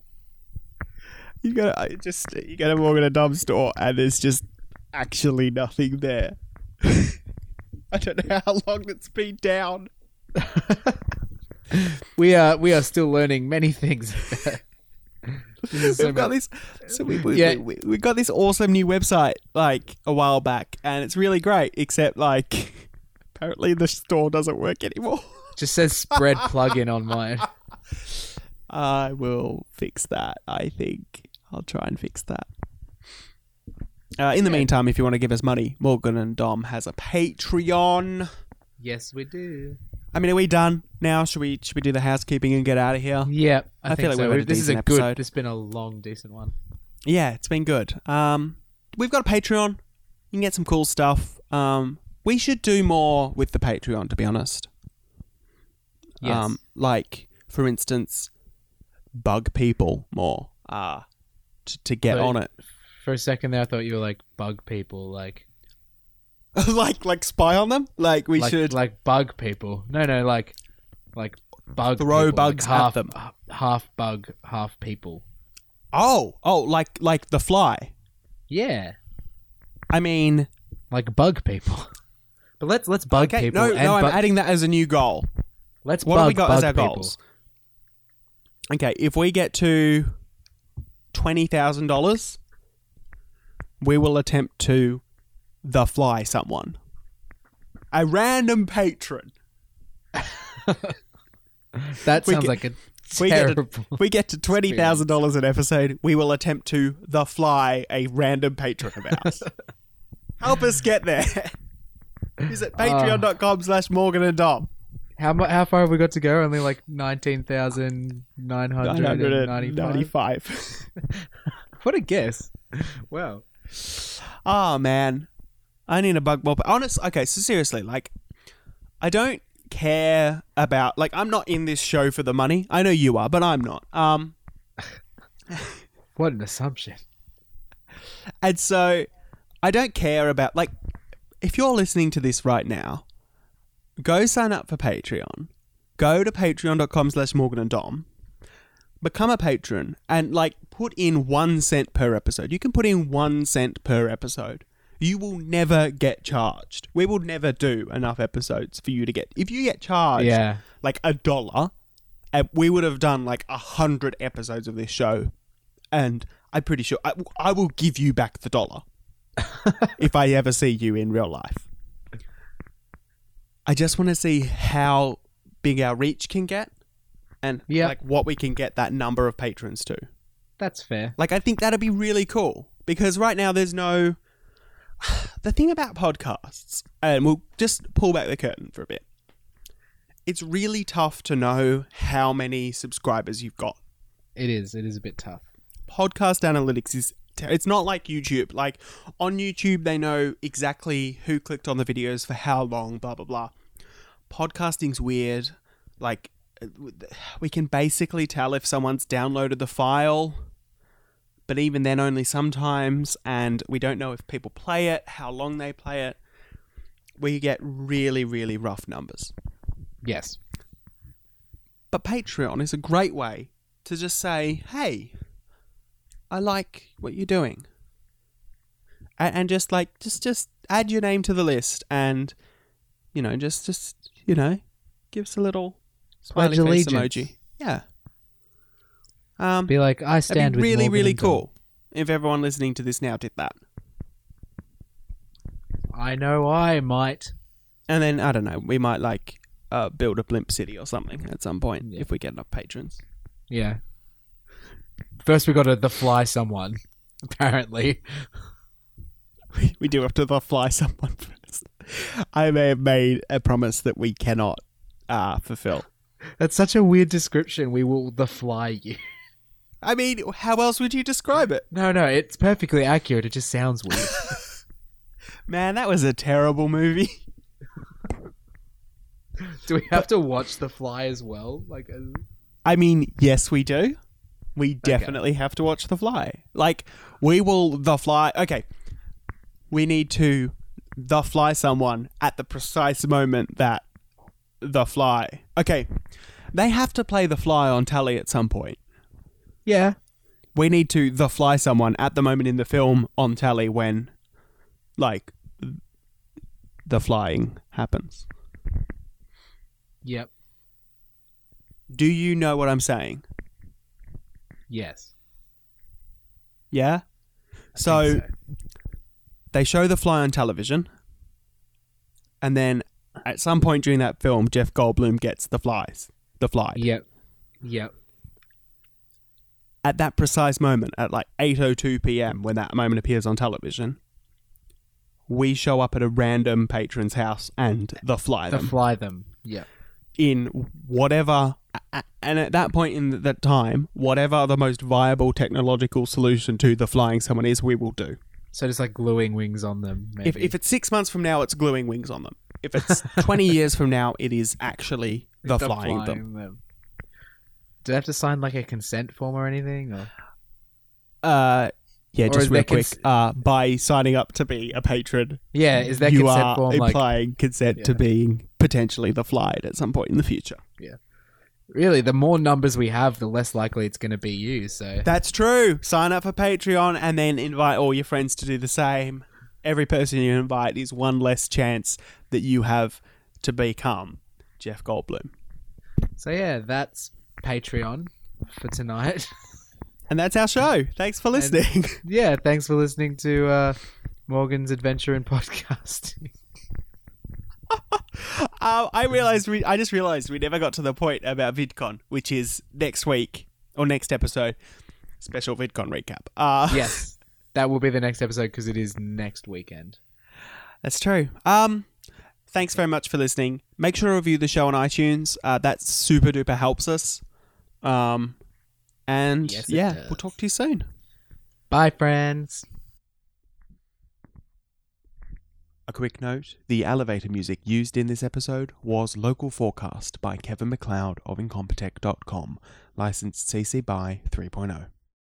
Speaker 2: You go I just you go to Morgan and Dom store and there's just actually nothing there. I don't know how long it's been down.
Speaker 1: We are we are still learning many things. This is so
Speaker 2: We've got
Speaker 1: much-
Speaker 2: this. So we we,
Speaker 1: Yeah.
Speaker 2: we we got this awesome new website like a while back, and it's really great. Except like apparently the store doesn't work anymore.
Speaker 1: just says spread plugin on mine.
Speaker 2: I will fix that. I think I'll try and fix that. Uh, in the meantime, if you want to give us money, Morgan and Dom has a Patreon.
Speaker 1: Yes, we do.
Speaker 2: I mean, are we done now? Should we should we do the housekeeping and get out of here?
Speaker 1: Yeah, I,
Speaker 2: I
Speaker 1: think
Speaker 2: feel like
Speaker 1: so.
Speaker 2: we had a
Speaker 1: this is a
Speaker 2: decent
Speaker 1: good.
Speaker 2: episode.
Speaker 1: It's been a long, decent one.
Speaker 2: Yeah, it's been good. Um, we've got a Patreon. You can get some cool stuff. Um, we should do more with the Patreon, to be honest.
Speaker 1: Yes.
Speaker 2: Um, like for instance, bug people more. Uh, to, to get
Speaker 1: But-
Speaker 2: on it.
Speaker 1: For a second there, I thought you were like bug people, like
Speaker 2: like like spy on them. Like we
Speaker 1: like,
Speaker 2: should.
Speaker 1: like bug people. No, no, like like bug people,
Speaker 2: Throw
Speaker 1: like
Speaker 2: bugs at
Speaker 1: half,
Speaker 2: them.
Speaker 1: h- half bug, half people.
Speaker 2: oh, oh, like like the fly.
Speaker 1: Yeah,
Speaker 2: I mean,
Speaker 1: like bug people. But let's let's bug
Speaker 2: okay,
Speaker 1: people
Speaker 2: no,
Speaker 1: and
Speaker 2: no, I'm
Speaker 1: bug,
Speaker 2: adding that as a new goal.
Speaker 1: let's
Speaker 2: What
Speaker 1: bug,
Speaker 2: have we got
Speaker 1: bug
Speaker 2: as our
Speaker 1: people.
Speaker 2: goals? Okay, if we get to twenty thousand dollars, we will attempt to the fly someone, a random patron.
Speaker 1: That
Speaker 2: We
Speaker 1: sounds
Speaker 2: get-
Speaker 1: like a
Speaker 2: We get, to,
Speaker 1: terrible.
Speaker 2: we get to twenty thousand dollars an episode. We will attempt to the fly a random patron of ours. Help us get there. Visit patreon.com slash Morgan and Dom.
Speaker 1: How mu- how far have we got to go? Only like nineteen thousand nine hundred and ninety-five.
Speaker 2: 995.
Speaker 1: What a guess! Wow.
Speaker 2: Oh man, I need a bug more. Honest, okay. So seriously, like, I don't care about like I'm not in this show for the money. I know you are, but I'm not. Um,
Speaker 1: What an assumption.
Speaker 2: and so I don't care about like if you're listening to this right now, go sign up for Patreon. Go to patreon.com slash Morgan and Dom. Become a patron and like put in one cent per episode. You can put in one cent per episode. You will never get charged. We will never do enough episodes for you to get. If you get charged
Speaker 1: Yeah.
Speaker 2: like a dollar, and we would have done like a hundred episodes of this show, and I'm pretty sure I, I will give you back the dollar if I ever see you in real life. I just want to see how big our reach can get, and
Speaker 1: Yeah.
Speaker 2: like what we can get that number of patrons to.
Speaker 1: That's fair.
Speaker 2: Like I think that'd be really cool because right now there's no. The thing about podcasts, and we'll just pull back the curtain for a bit. It's really tough to know how many subscribers you've got.
Speaker 1: It is. It is a bit tough.
Speaker 2: Podcast analytics is ter- it's not like YouTube. Like on YouTube they know exactly who clicked on the videos for how long, blah blah blah. Podcasting's weird. Like uh, we can basically tell if someone's downloaded the file but even then only sometimes and we don't know if people play it how long they play it we get really really rough numbers
Speaker 1: Yes.
Speaker 2: but patreon is a great way to just say hey i like what you're doing and, and just like just just add your name to the list and you know just just you know give us a little smiley
Speaker 1: Pledge
Speaker 2: face
Speaker 1: allegiance.
Speaker 2: emoji yeah um
Speaker 1: Be like I
Speaker 2: That'd
Speaker 1: stand
Speaker 2: be
Speaker 1: with
Speaker 2: really,
Speaker 1: Morgan
Speaker 2: really
Speaker 1: and Dom.
Speaker 2: cool if everyone listening to this now did that.
Speaker 1: I know I might.
Speaker 2: And then I don't know, we might like uh, build a blimp city or something at some point
Speaker 1: Yeah.
Speaker 2: if we get enough patrons.
Speaker 1: Yeah. First we got to the fly someone. Apparently.
Speaker 2: we do have to the fly someone first. I may have made a promise that we cannot uh, fulfill.
Speaker 1: That's such a weird description. We will the fly you.
Speaker 2: I mean, how else would you describe it?
Speaker 1: No, no, it's perfectly accurate. It just sounds weird.
Speaker 2: Man, that was a terrible movie.
Speaker 1: Do we have to watch The Fly as well? Like, uh, as-
Speaker 2: I mean, yes, we do. We definitely have to watch The Fly. Like, we will The Fly. Okay. We need to The Fly someone at the precise moment that The Fly. Okay. They have to play The Fly on telly at some point.
Speaker 1: yeah,
Speaker 2: We need to The Fly someone at the moment in the film on telly when, like, the flying happens.
Speaker 1: yep,
Speaker 2: Do you know what I'm saying?
Speaker 1: yes.
Speaker 2: Yeah?
Speaker 1: I
Speaker 2: so
Speaker 1: think
Speaker 2: they show the fly on television, and then at some point during that film, Jeff Goldblum gets the flies, the fly.
Speaker 1: yep, yep,
Speaker 2: At that precise moment, at like 8:02 p.m., when that moment appears on television, we show up at a random patron's house and the fly
Speaker 1: the
Speaker 2: them
Speaker 1: fly them. Yep,
Speaker 2: in whatever. a- a- And at that point in th- that time, whatever the most viable technological solution to the flying someone is, we will do.
Speaker 1: so just like gluing wings on them. Maybe.
Speaker 2: If, if it's six months from now, it's gluing wings on them. If it's 20 years from now, it is actually the,
Speaker 1: The
Speaker 2: flying, them.
Speaker 1: Do they have to sign like a consent form or anything? Or?
Speaker 2: Uh, yeah,
Speaker 1: Or is
Speaker 2: just
Speaker 1: there
Speaker 2: real quick.
Speaker 1: cons-
Speaker 2: uh, by signing up to be a patron,
Speaker 1: Yeah, is there
Speaker 2: you
Speaker 1: consent
Speaker 2: are
Speaker 1: form like
Speaker 2: implying consent to
Speaker 1: Yeah.
Speaker 2: being potentially the flied at some point in the future.
Speaker 1: really? The more numbers we have, the less likely it's going to be you. So
Speaker 2: That's true. Sign up for Patreon and then invite all your friends to do the same. every person you invite is one less chance that you have to become Jeff Goldblum.
Speaker 1: So yeah, that's Patreon for tonight.
Speaker 2: And that's our show. Thanks for listening.
Speaker 1: yeah, thanks for listening to uh, Morgan's Adventure in Podcasting.
Speaker 2: um, I realized we, I just realized we never got to the point about VidCon, which is next week or next episode special VidCon recap. Uh,
Speaker 1: yes, that will be the next episode because it is next weekend.
Speaker 2: That's true. Um, thanks very much for listening. Make sure to review the show on iTunes. Uh, that super duper helps us. Um, and
Speaker 1: Yes, it
Speaker 2: yeah,
Speaker 1: does.
Speaker 2: we'll talk to you soon.
Speaker 1: Bye, friends.
Speaker 2: A quick note the elevator music used in this episode was Local Forecast by oh. Kevin McLeod of Incompetech.com, licensed CC by 3.0.